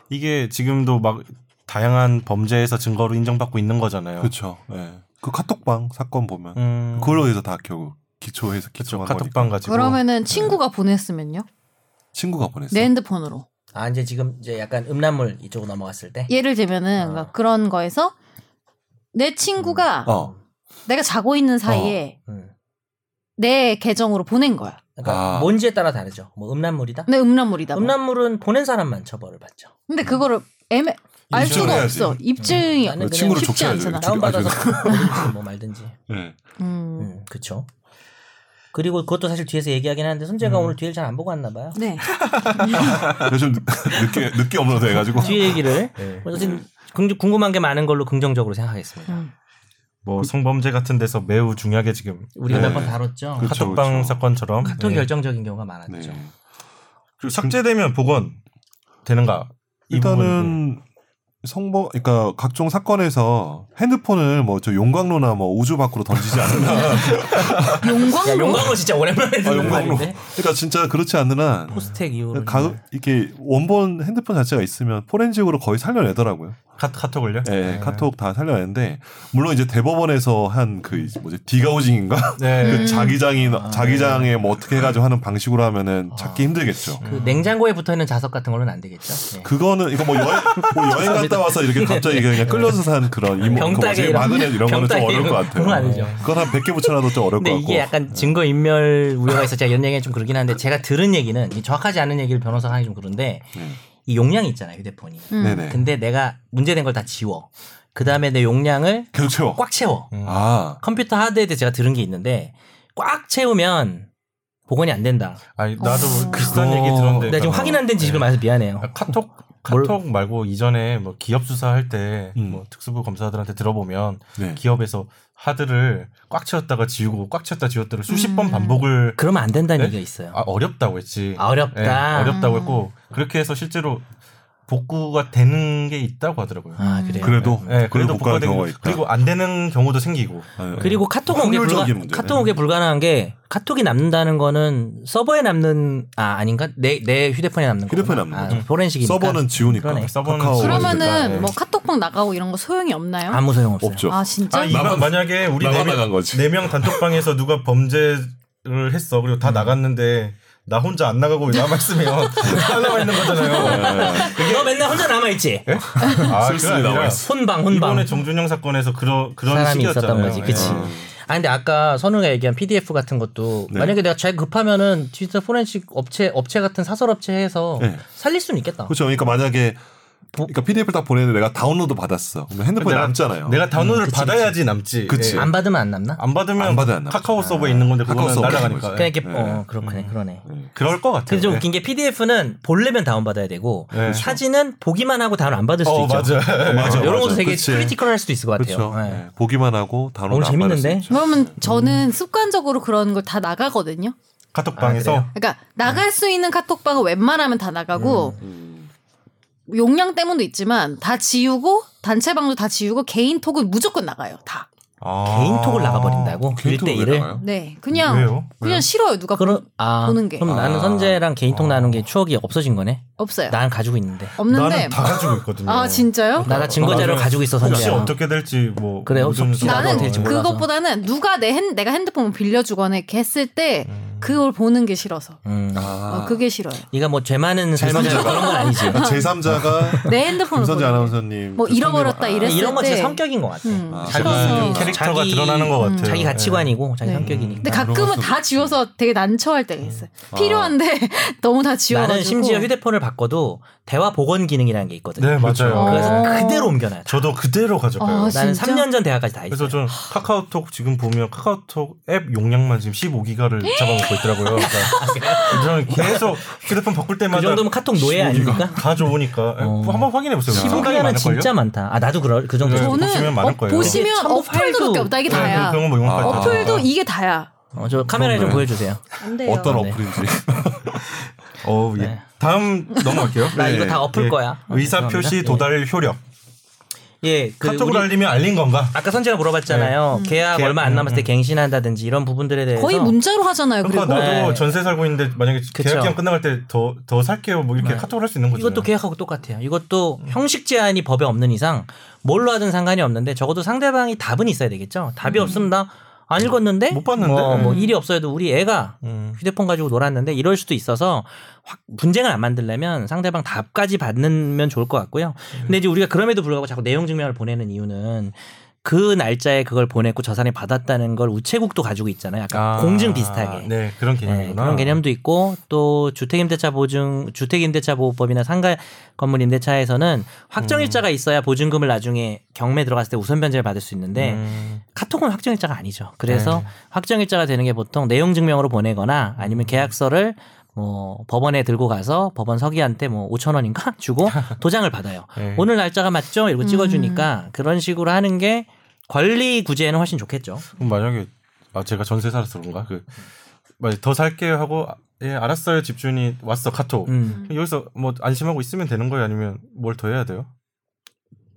이게 지금도 막 다양한 범죄에서 증거로 인정받고 있는 거잖아요.
그렇죠. 예. 그 카톡방 사건 보면
음,
그걸로 해서 다 결국 기초해서 기초한
카톡방
거니까.
가지고
그러면은 친구가
네.
보냈으면요?
친구가 보냈어.
내 핸드폰으로.
아 이제 지금 이제 약간 음란물 이쪽으로 넘어갔을 때.
예를
아.
들면은 막 그런 거에서 내
음.
친구가
어.
내가 자고 있는 사이에
어.
음.
내 계정으로 보낸 거야.
그러니까
아.
뭔지에 따라 다르죠. 뭐 음란물이다.
내 음란물이다. 고
음란물은 보낸 사람만 처벌을 받죠.
근데 그거를 애매 알 수가
입증해야지.
없어. 입증이
나는 그냥
친구를
쉽지
족쳐야죠.
않잖아.
이거.
다운받아서
아주-
<laughs> 뭐든지 뭐 말든지.
예.
음.
음, 그렇죠. 그리고 그것도 사실 뒤에서 얘기하긴 하는데 손재가 오늘 뒤를 잘 안 보고 왔나 봐요.
네.
요즘 <laughs> 늦게 늦게 업로드
<laughs>
해가지고.
뒤 얘기를.
네.
어쨌든 긍- 궁금한 게 많은 걸로 긍정적으로 생각하겠습니다.
음.
뭐 성범죄 같은 데서 매우 중요하게 지금
우리가
네.
몇 번 다뤘죠. 네.
그- 그렇죠,
카톡방
그렇죠.
사건처럼
카톡이
예.
결정적인 경우가 많았죠.
네.
그리고 삭제되면 복원 되는가? 이 부분,
일단은 성범, 그러니까 각종 사건에서 핸드폰을 뭐 저 용광로나 뭐 우주 밖으로 던지지 않는다.
야,
용광로
아, 용광로 진짜 오랜만에
아,
듣는
용광로.
말인데.
그러니까 진짜 그렇지 않는 한.
포스텍 이후로.
가, 이렇게 원본 핸드폰 자체가 있으면 포렌식으로 거의 살려내더라고요.
카, 카톡을요?
예, 카톡 다 살려내는데 물론 이제 대법원에서 한 그 뭐지 디가우징인가
네.
음.
그 자기장이
아, 네.
자기장에 뭐 어떻게 해가지고 하는 방식으로 하면은 찾기 힘들겠죠.
그 냉장고에 붙어 있는 자석 같은 걸로는 안 되겠죠. 네.
그거는 이거 뭐 여행 뭐 여행 갔다 와서 이렇게 갑자기 그냥 끌려서 산 그런 이모 그
병따개
뭐지
이런-
마그넷 이런 거는 좀
병따개
어려울
이런
것
그건
같아요.
아니죠.
그건 한 100개 붙여놔도 좀 어려울
근데
것 같고.
이게 약간
네.
증거 인멸 우려가 있어 제가 연예인에 좀 그러긴 한데 제가 들은 얘기는 이 정확하지 않은 얘기를 변호사가 하기 좀 그런데
음.
이 용량이 있잖아요 휴대폰이.
네. 네네.
근데 내가 문제된 걸 다 지워. 그 다음에 내 용량을
계속 채워.
꽉 채워.
그렇죠.
음.
아.
컴퓨터 하드에 대해 제가 들은 게 있는데 꽉 채우면 복원이 안 된다.
아니 나도
어.
비슷한 얘기
어.
들었는데
내가 지금
그러니까
확인 안 된 지식을 말해서 미안해요.
아, 카톡 카톡 말고 이전에 뭐 기업 수사할 때 뭐
음.
특수부 검사들한테 들어보면
네.
기업에서 하드를 꽉 채웠다가 지우고 꽉 채웠다 지웠다를 수십
음.
번 반복을
그러면 안 된다는
네?
얘기가 있어요.
아, 어렵다고 했지.
아, 어렵다.
예, 어렵다고
음.
했고 그렇게 해서 실제로 복구가 되는 게 있다고 하더라고요.
아, 그래요.
그래도
예, 그래도
그래도 못
복구가
가는 경우가
되고,
있다.
그리고 안 되는 경우도 생기고.
아,
그리고 카톡은 오게 불가,
확률적인 문제네.
카톡은 오게 불가능한 게 카톡이 남는다는 거는 서버에 남는 아 아닌가 내 내 휴대폰에 남는 거
휴대폰에 남는 거죠.
포렌식이니까
서버는 지우니까
그러네.
서버는
카카오
지우니까.
그러면은
네.
뭐 카톡방 나가고 이런 거 소용이 없나요?
아무 소용 없어요.
없죠.
아 진짜?
아, 이거
나만-
만약에 우리
나만
네 명-
나간 거지.
네명 단톡방에서 누가 범죄를 했어. 그리고 다 나갔는데 나 혼자 안 나가고 남아 있으면 다 남아 있는
네. 어.
거잖아요.
너 맨날 혼자 남아 있지.
아, 그게
쓸쓸히
아니라
남아
혼방
이번에
혼방
정준영 사건에서 그런 그런
사람이
식이었잖아요.
있었던 거지.
예.
그치. 아 근데 아까 선우가 얘기한 PDF 같은 것도
네.
만약에 내가 잘 급하면은 디지털 포렌식 업체 업체 같은 사설 업체에서
네.
살릴 수는 있겠다.
그렇죠. 그러니까 만약에
어?
그러니까 PDF를 다 보내는데 내가 다운로드 받았어. 그러면 핸드폰에 남잖아요.
내가 다운로드를
음, 그치,
받아야지 남지.
그치.
예.
안 받으면 안 남나?
안 받으면
안 받아야 안 남지.
카카오 서버에 있는 건데
카카오
그거는
서버에
날아가니까.
있는
그냥 이렇게
네.
어 그렇네 그러네.
그럴 것 같아요.
근데 좀
예.
웃긴 게 PDF는 본래면 다운받아야 되고
네.
사진은 보기만 하고 다운 안 받을 수도
어,
있죠.
맞아요.
맞아,
이런 것도
맞아.
되게
그치.
크리티컬할 수도 있을 것 같아요.
그렇죠.
네.
예. 보기만 하고 다운로드
오늘
안 받을 수
재밌는데? 어?
있죠.
그러면 저는 습관적으로 그런 걸 다 나가거든요.
<laughs> 카톡방에서
아,
그러니까 나갈 수 있는 카톡방은 웬만하면 다 나가고 용량 때문도 있지만 다 지우고 단체방도 다 지우고 개인 톡은 무조건 나가요. 다.
아.
개인 톡을 나가버린다고?
개인톡을
일대일을?
왜 나가요?
네. 그냥
왜요?
그냥 싫어요. 누가
그럼 아
보는 게.
그럼 나는
아.
선재랑 개인톡
아.
나누는 게 추억이 없어진 거네.
없어요.
난 가지고 있는데.
없는데
나는 다 가지고 있거든요.
아 진짜요?
나가 증거 자료 를
나는
가지고 있어
혹시
선재야.
어떻게 될지 뭐
그래요?
모든
혹시
상황을
나는
될지 몰라서.
그것보다는 누가 내 핸, 내가 핸드폰을 빌려주거나 이렇게 했을 때 그걸 보는 게 싫어서
음.
아.
어, 그게 싫어요.
네가 뭐 죄 많은 삶을 살고 그런 건 아니지.
<laughs>
제3자가
내 핸드폰을
김선재
보는 게.
아나운서님
어, 뭐
그
잃어버렸다
상대방-
이랬을 때
이런 건 진짜 성격인 것 같아.
음,
아,
싫어서.
자기 캐릭터가
자기- 음,
드러나는 것
음.
같아요.
자기 가치관이고 자기
네.
성격이니까.
근데 가끔은 다 지워서 되게 난처할 때가 있어요. 필요한데 <laughs> 너무 다 지워가지고.
음. 아. 나는 심지어 휴대폰을 바꿔도 대화 복원 기능이라는 게 있거든.
네
요
맞아요.
그래서-
그래서
어.
그대로 옮겨놔요.
예. 저도 그대로 가져가요.
아,
나는
진짜?
3년 전 대화까지 다 했어.
그래서 전 카카오톡 지금 보면 카카오톡 앱 용량만 지금 15기가를 잡아먹고 있더라고요.
<laughs>
그러니까 저는 계속 휴대폰 바꿀
그
때마다
정도면 카톡 노예 아닙니까?
다 좋으니까 예, 뭐
어.
한번 확인해 보세요.
15기가는 진짜 많다. 아 나도 그럴 그 정도.
네.
로
보시면
저는
많을
어,
거예요.
보시면
첨부
어플도밖에
파일도-
없다 이게
네,
다야.
그런 거 용량
아.
어플도 이게 다야.
어, 저 카메라에 좀
그렇네.
보여주세요.
안 돼요.
어떤
<laughs>
네.
어플인지
어, 예.
네.
다음 넘어갈게요.
나 이거
네.
다 엎을
예.
거야. 어,
의사
죄송합니다.
표시 도달 효력.
예, 그
카톡으로
우리-
알리면 알린 건가?
아까 선재가 물어봤잖아요. 계약
계약,
얼마 안 남았을 때
음,
갱신한다든지 이런 부분들에 대해서
거의 문자로 하잖아요.
그러니까
그리고
나도
네.
전세 살고 있는데 만약에
그쵸. 네.
계약 기간 끝나갈 때 더 더 살게요 뭐 이렇게 카톡을 할 수 있는 거죠.
이것도 계약하고 똑같아요. 이것도 형식 제한이 법에 없는 이상 뭘로 하든 상관이 없는데 적어도 상대방이 답은 있어야 되겠죠. 답이 없으면 나 안 읽었는데
음. 못 봤는데.
뭐, 뭐
음.
일이 없어도 우리 애가
음.
휴대폰 가지고 놀았는데 이럴 수도 있어서 확 분쟁을 안 만들려면 상대방 답까지 받으면 좋을 것 같고요.
음.
근데 이제 우리가 그럼에도 불구하고 자꾸 내용 증명을 보내는 이유는 그 날짜에 그걸 보냈고 저 사람이 받았다는 걸 우체국도 가지고 있잖아요. 약간
아,
공증 비슷하게.
네 그런
네,
개념이구나.
그런 개념도 있고 또 주택임대차 보증 주택임대차 보호법이나 상가 건물 임대차에서는
음.
확정일자가 있어야 보증금을 나중에 경매 들어갔을 때 우선 변제를 받을 수 있는데
음. 네.
카톡은 확정일자가 아니죠. 그래서 확정일자가 되는 게 보통 내용 증명으로 보내거나
음.
아니면 계약서를 뭐 법원에 들고 가서 법원 서기한테 뭐 5천 원인가
<laughs>
<laughs> 주고 도장을 받아요.
네.
오늘 날짜가 맞죠? 이러고
음.
찍어주니까 그런 식으로 하는 게 권리 구제에는 훨씬 좋겠죠.
그럼 만약에 아 제가 전세 살아서 그런가 그 만약 더 살게요 하고 아, 예 알았어요 집주인이 왔어 카톡
음.
여기서 뭐 안심하고 있으면 되는 거예요 아니면 뭘 더 해야 돼요?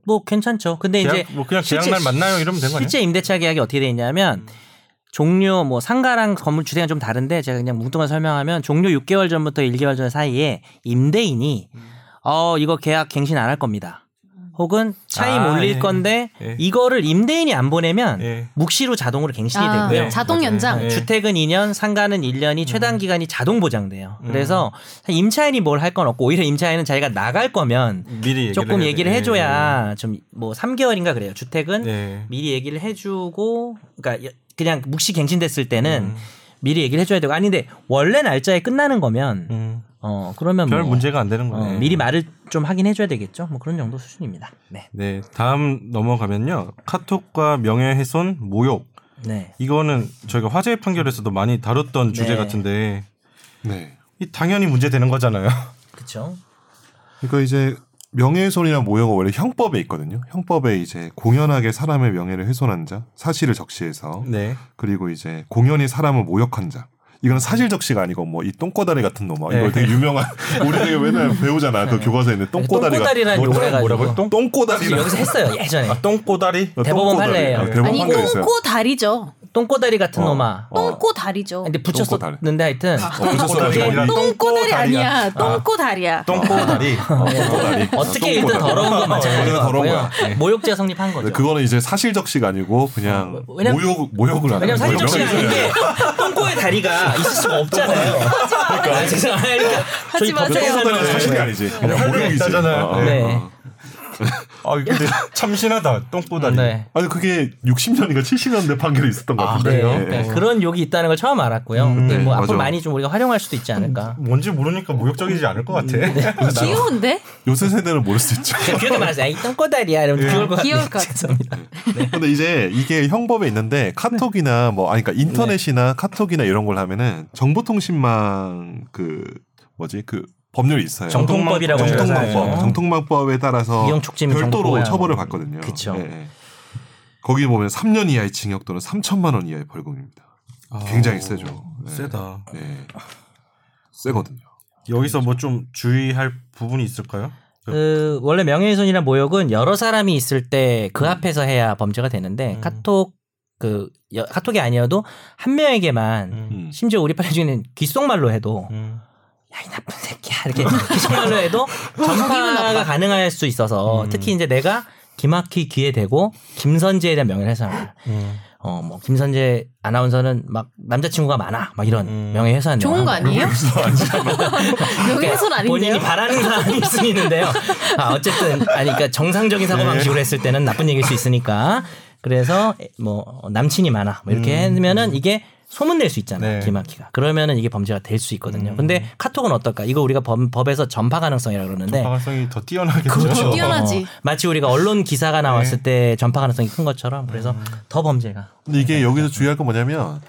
뭐 괜찮죠. 근데
계약,
이제
뭐 그냥
실제-
계약날 만나요 이러면 되는 거 아니에요? 음.
실제 임대차 계약이 어떻게 돼 있냐면 종료 뭐 상가랑 건물 주택은 좀 다른데 제가 그냥 뭉뚱한 설명하면 종료 6개월 전부터 1개월 전 사이에 임대인이
음.
어 이거 계약 갱신 안 할 겁니다. 혹은 차임
아,
올릴
예.
건데
예.
이거를 임대인이 안 보내면
예.
묵시로 자동으로 갱신이
아,
되고요.
네.
자동 연장.
네. 음.
주택은 2년, 상가는 1년이 최단 기간이 자동 보장돼요. 그래서 임차인이 뭘 할 건 없고 오히려 임차인은 자기가 나갈 거면
미리 얘기를
조금
해야 돼.
얘기를
예.
해줘야 좀 뭐 3개월인가 그래요. 주택은
예.
미리 얘기를 해주고, 그러니까 여- 그냥 묵시 갱신됐을 때는
음.
미리 얘기를 해줘야 되고, 아닌데 원래 날짜에 끝나는 거면
음.
어 그러면
별
뭐,
문제가 안 되는
어,
거예요.
미리 말을 좀 하긴 해줘야 되겠죠. 뭐 그런 정도 수준입니다. 네,
네 다음 넘어가면요 카톡과 명예훼손 모욕
네.
이거는 저희가 화재 판결에서도 많이 다뤘던 주제
네.
같은데
네
이 당연히 문제되는 거잖아요. <laughs>
그렇죠.
그러니까 이제 명예훼손이나 모욕은 원래 형법에 있거든요 형법에 이제 공연하게 사람의 명예를 훼손한 자 사실을 적시해서
네.
그리고 이제 공연히 사람을 모욕한 자 이건 사실적시가 아니고 뭐 이 똥꼬다리 같은 놈아 뭐 이거
네.
되게
<laughs>
유명한 우리 되게 맨날 배우잖아 그 교과서에 있는 똥꼬다리가
네. 똥꼬다리라는
뭐라-
용어 해가지고.
뭐라고요? 똥- 똥꼬다리라는
여기서 했어요 예전에
아 똥꼬다리?
어,
대법원
똥꼬다리.
판례예요.
어,
아니
대법원 판례 있어요.
똥꼬 다리죠.
똥꼬다리 같은
어.
놈아.
어.
똥꼬 다리죠.
근데
똥꼬다리.
붙였었는데 하여튼
어,
똥꼬다리가 아니라
붙였어요.
똥꼬 다리
똥꼬다리야.
아니야. 똥꼬 다리야.
똥꼬다리.
어, 똥꼬다리.
어떻게 일단 더러운
똥꼬다리.
건
어, 더러운
마찬가지고요.
거야.
모욕죄 성립한
근데
거죠.
네. 그거는 이제 사실적시가 아니고 그냥
어, 왜냐면-
모욕 모욕을 하는
왜냐면 네.
거예요. 네.
사실적시가
명예훼손이에요.
아닌데 똥꼬의 다리가 있을 수가 없잖아요. 아, 죄송합니다. 그러니까 저희
하지 마세요.
법정에서
똥꼬다리는
하는
사실이
거예요.
아니지.
네.
그냥 모욕이지.
있다잖아요.
어.
네.
네.
아 근데 참신하다 똥꼬다리.
네.
아니 그게 60년인가 70년대 판결이 있었던 것
아,
같은데.
네.
그래요?
그러니까 그런 욕이 있다는 걸 처음 알았고요. 근데 뭐
네,
앞으로
맞아.
많이 좀 우리가 활용할 수도 있지 않을까.
뭔지 모르니까 모욕적이지 않을 것 같아.
음, 네.
<laughs>
귀여운데?
요새 세대는 모를 수 있죠.
제가 그러니까 귀엽게 말했어요. 아이 똥꼬다리야. 이러면 귀여울 것 같아요.
귀여울 것 같아요.
죄송합니다.
근데 이제 이게 형법에 있는데 카톡이나 뭐 아니 그러니까
네.
인터넷이나 카톡이나 이런 걸 하면은 정보통신망 그 뭐지 그 법률이 있어요.
정-
네, 정통법이라고
정통법.
네, 정통망법, 정통망법에 따라서
이용 촉진
별도로
정보야.
처벌을 받거든요.
그쵸.
예, 예. 거기 보면 3년 이하의 징역 또는 3천만 원 이하의 벌금입니다.
아,
굉장히 아. 세죠. 네.
세다.
예. 세거든요.
여기서 뭐 좀 주의할 부분이 있을까요?
그 원래 명예훼손이나 모욕은 여러 사람이 있을 때 그 앞에서 해야 범죄가 되는데
음.
카톡 그 여- 카톡이 아니어도 한 명에게만
음.
심지어 우리 팔 중에는 귓속말로 해도
음.
야 이 나쁜 새끼야 이렇게 귓속말로 <laughs> 해도 전파가 가능할 수 있어서
음.
특히 이제 내가 김학휘 귀에 대고 김선재에 대한 명예훼손을
음.
어 뭐 김선재 아나운서는 막 남자친구가 많아 막 이런
음.
명예훼손
좋은 거
내용을
아니에요? <laughs> 명예훼손 아닌데요?
본인이 바라는 사람이 있을 수 있는데요. 아, 어쨌든 아니 그러니까 정상적인 사고 방식으로 했을 때는 나쁜 얘기일 수 있으니까. 그래서 뭐 남친이 많아. 뭐 이렇게 하면은 이게 소문 낼 수 있잖아요.
네.
기막히가. 그러면은 이게 범죄가 될 수 있거든요. 근데 카톡은 어떨까? 이거 우리가 범- 법에서 전파 가능성이라 고 그러는데
방어성이 더 뛰어나겠죠.
그렇죠. 뛰어나지.
어, 마치 우리가 언론 기사가 나왔을 때 전파 가능성이 큰 것처럼 그래서 더 범죄가
근데 이게 여기서 주의할 건 뭐냐면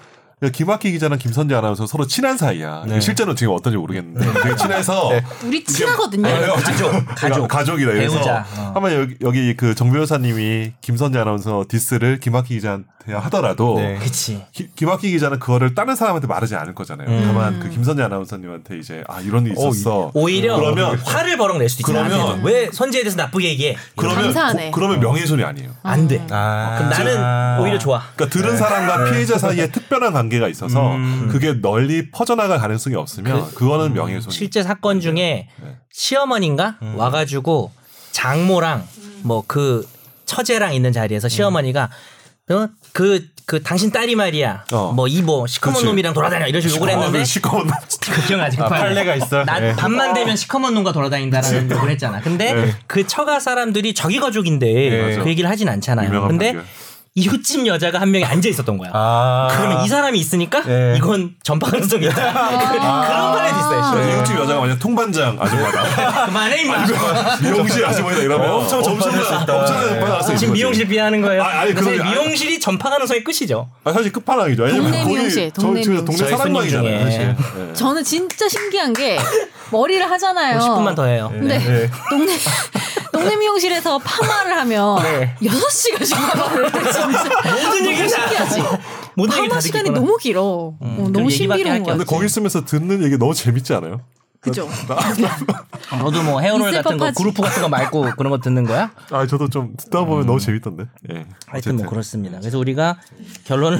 김학기 기자랑 김선재 아나운서 서로 친한 사이야.
네.
실제로 지금 어떤지 모르겠는데 되게 친해서
우리 친하거든요.
가족,
네. 가족.
가족이다. 그래서
배우자. 어.
한번 여기, 여기 그 정 변호사님이 김선재 아나운서 디스를 김학기 기자한테 하더라도
네.
그치
기- 김학기 기자는 그거를 다른 사람한테 말하지 않을 거잖아요. 다만 그 김선재 아나운서님한테 이제 아 이런 일이 있었어.
오히려
그러면
화를 버럭 낼 수도 있잖아
그러면-
남한테는. 왜 선재에 대해서 나쁘게 얘기해
그러면
감사하네.
고- 그러면 명예훼손이 아니에요.
안
음.
돼.
아.
어, 그럼 나는 오히려 좋아.
그러니까 들은 사람과 피해자 사이에 특별한 관계가 있어서 그게 널리 퍼져나갈 가능성이 없으면 음. 그, 거는 명예훼손.
실제 사건 중에
네.
시어머니인가 와가지고 장모랑 뭐 그 처제랑 있는 자리에서 시어머니가 너 그 그 당신 딸이 말이야
어.
뭐 이 뭐 시커먼
그치.
놈이랑 돌아다녀 이런 식으로 욕을 했는데
시커먼
<laughs>
그형 아직
아, 판례가 있어.
나
네.
밤만 되면 시커먼 놈과 돌아다닌다라는 욕을 했잖아. 근데 그 처가 사람들이 저기 가족인데
맞아.
그 얘기를 하진 않잖아요.
유명한
근데
판결.
이웃집 여자가 한 명이 앉아 있었던 거야.
아.
그러면 이 사람이 있으니까
네.
이건 전파 가능성이 있다. 그런 판례도 있어요.
네. 이웃집 여자가 만약 통반장
<laughs>
아줌마다
그만해 임마.
미용실 아줌마다 이러면 엄청 네. 점수가 엄청나게 받아갈 수 있는
지금
거지.
미용실 비하하는 거예요.
아, 아니,
사실
그건 아니-
미용실이 전파 가능성이 끝이죠. 뭐
아, 사실 끝판왕이죠. 왜냐면
동네
거기
미용실,
저-
동네
저기
미용실.
동네 사랑방이잖아요.
저희 손님 중에.
사실. 네.
저는 진짜 신기한 게 머리를 하잖아요.
10분만 뭐 더 해요.
근데
네.
동네 <laughs> 동네 미용실에서 파마를 하면
네.
6시간 신고를
<laughs> 모든 얘기 다
신기하지.
모든 얘기 다 음.
파마 시간이
듣겠구나.
너무 길어. 어, 너무
좀 얘기밖에
신비로운
할게
거야.
근데 거기 있으면서 듣는 얘기 너무 재밌지 않아요?
그죠?
너도 뭐 헤어롤
있을
같은 거
법하지.
그룹 같은
<laughs>
거 말고 그런 거 듣는 거야?
아, 저도 좀 듣다 보면 너무 재밌던데. 예.
하여튼 뭐 그렇습니다. 그래서 우리가 결론을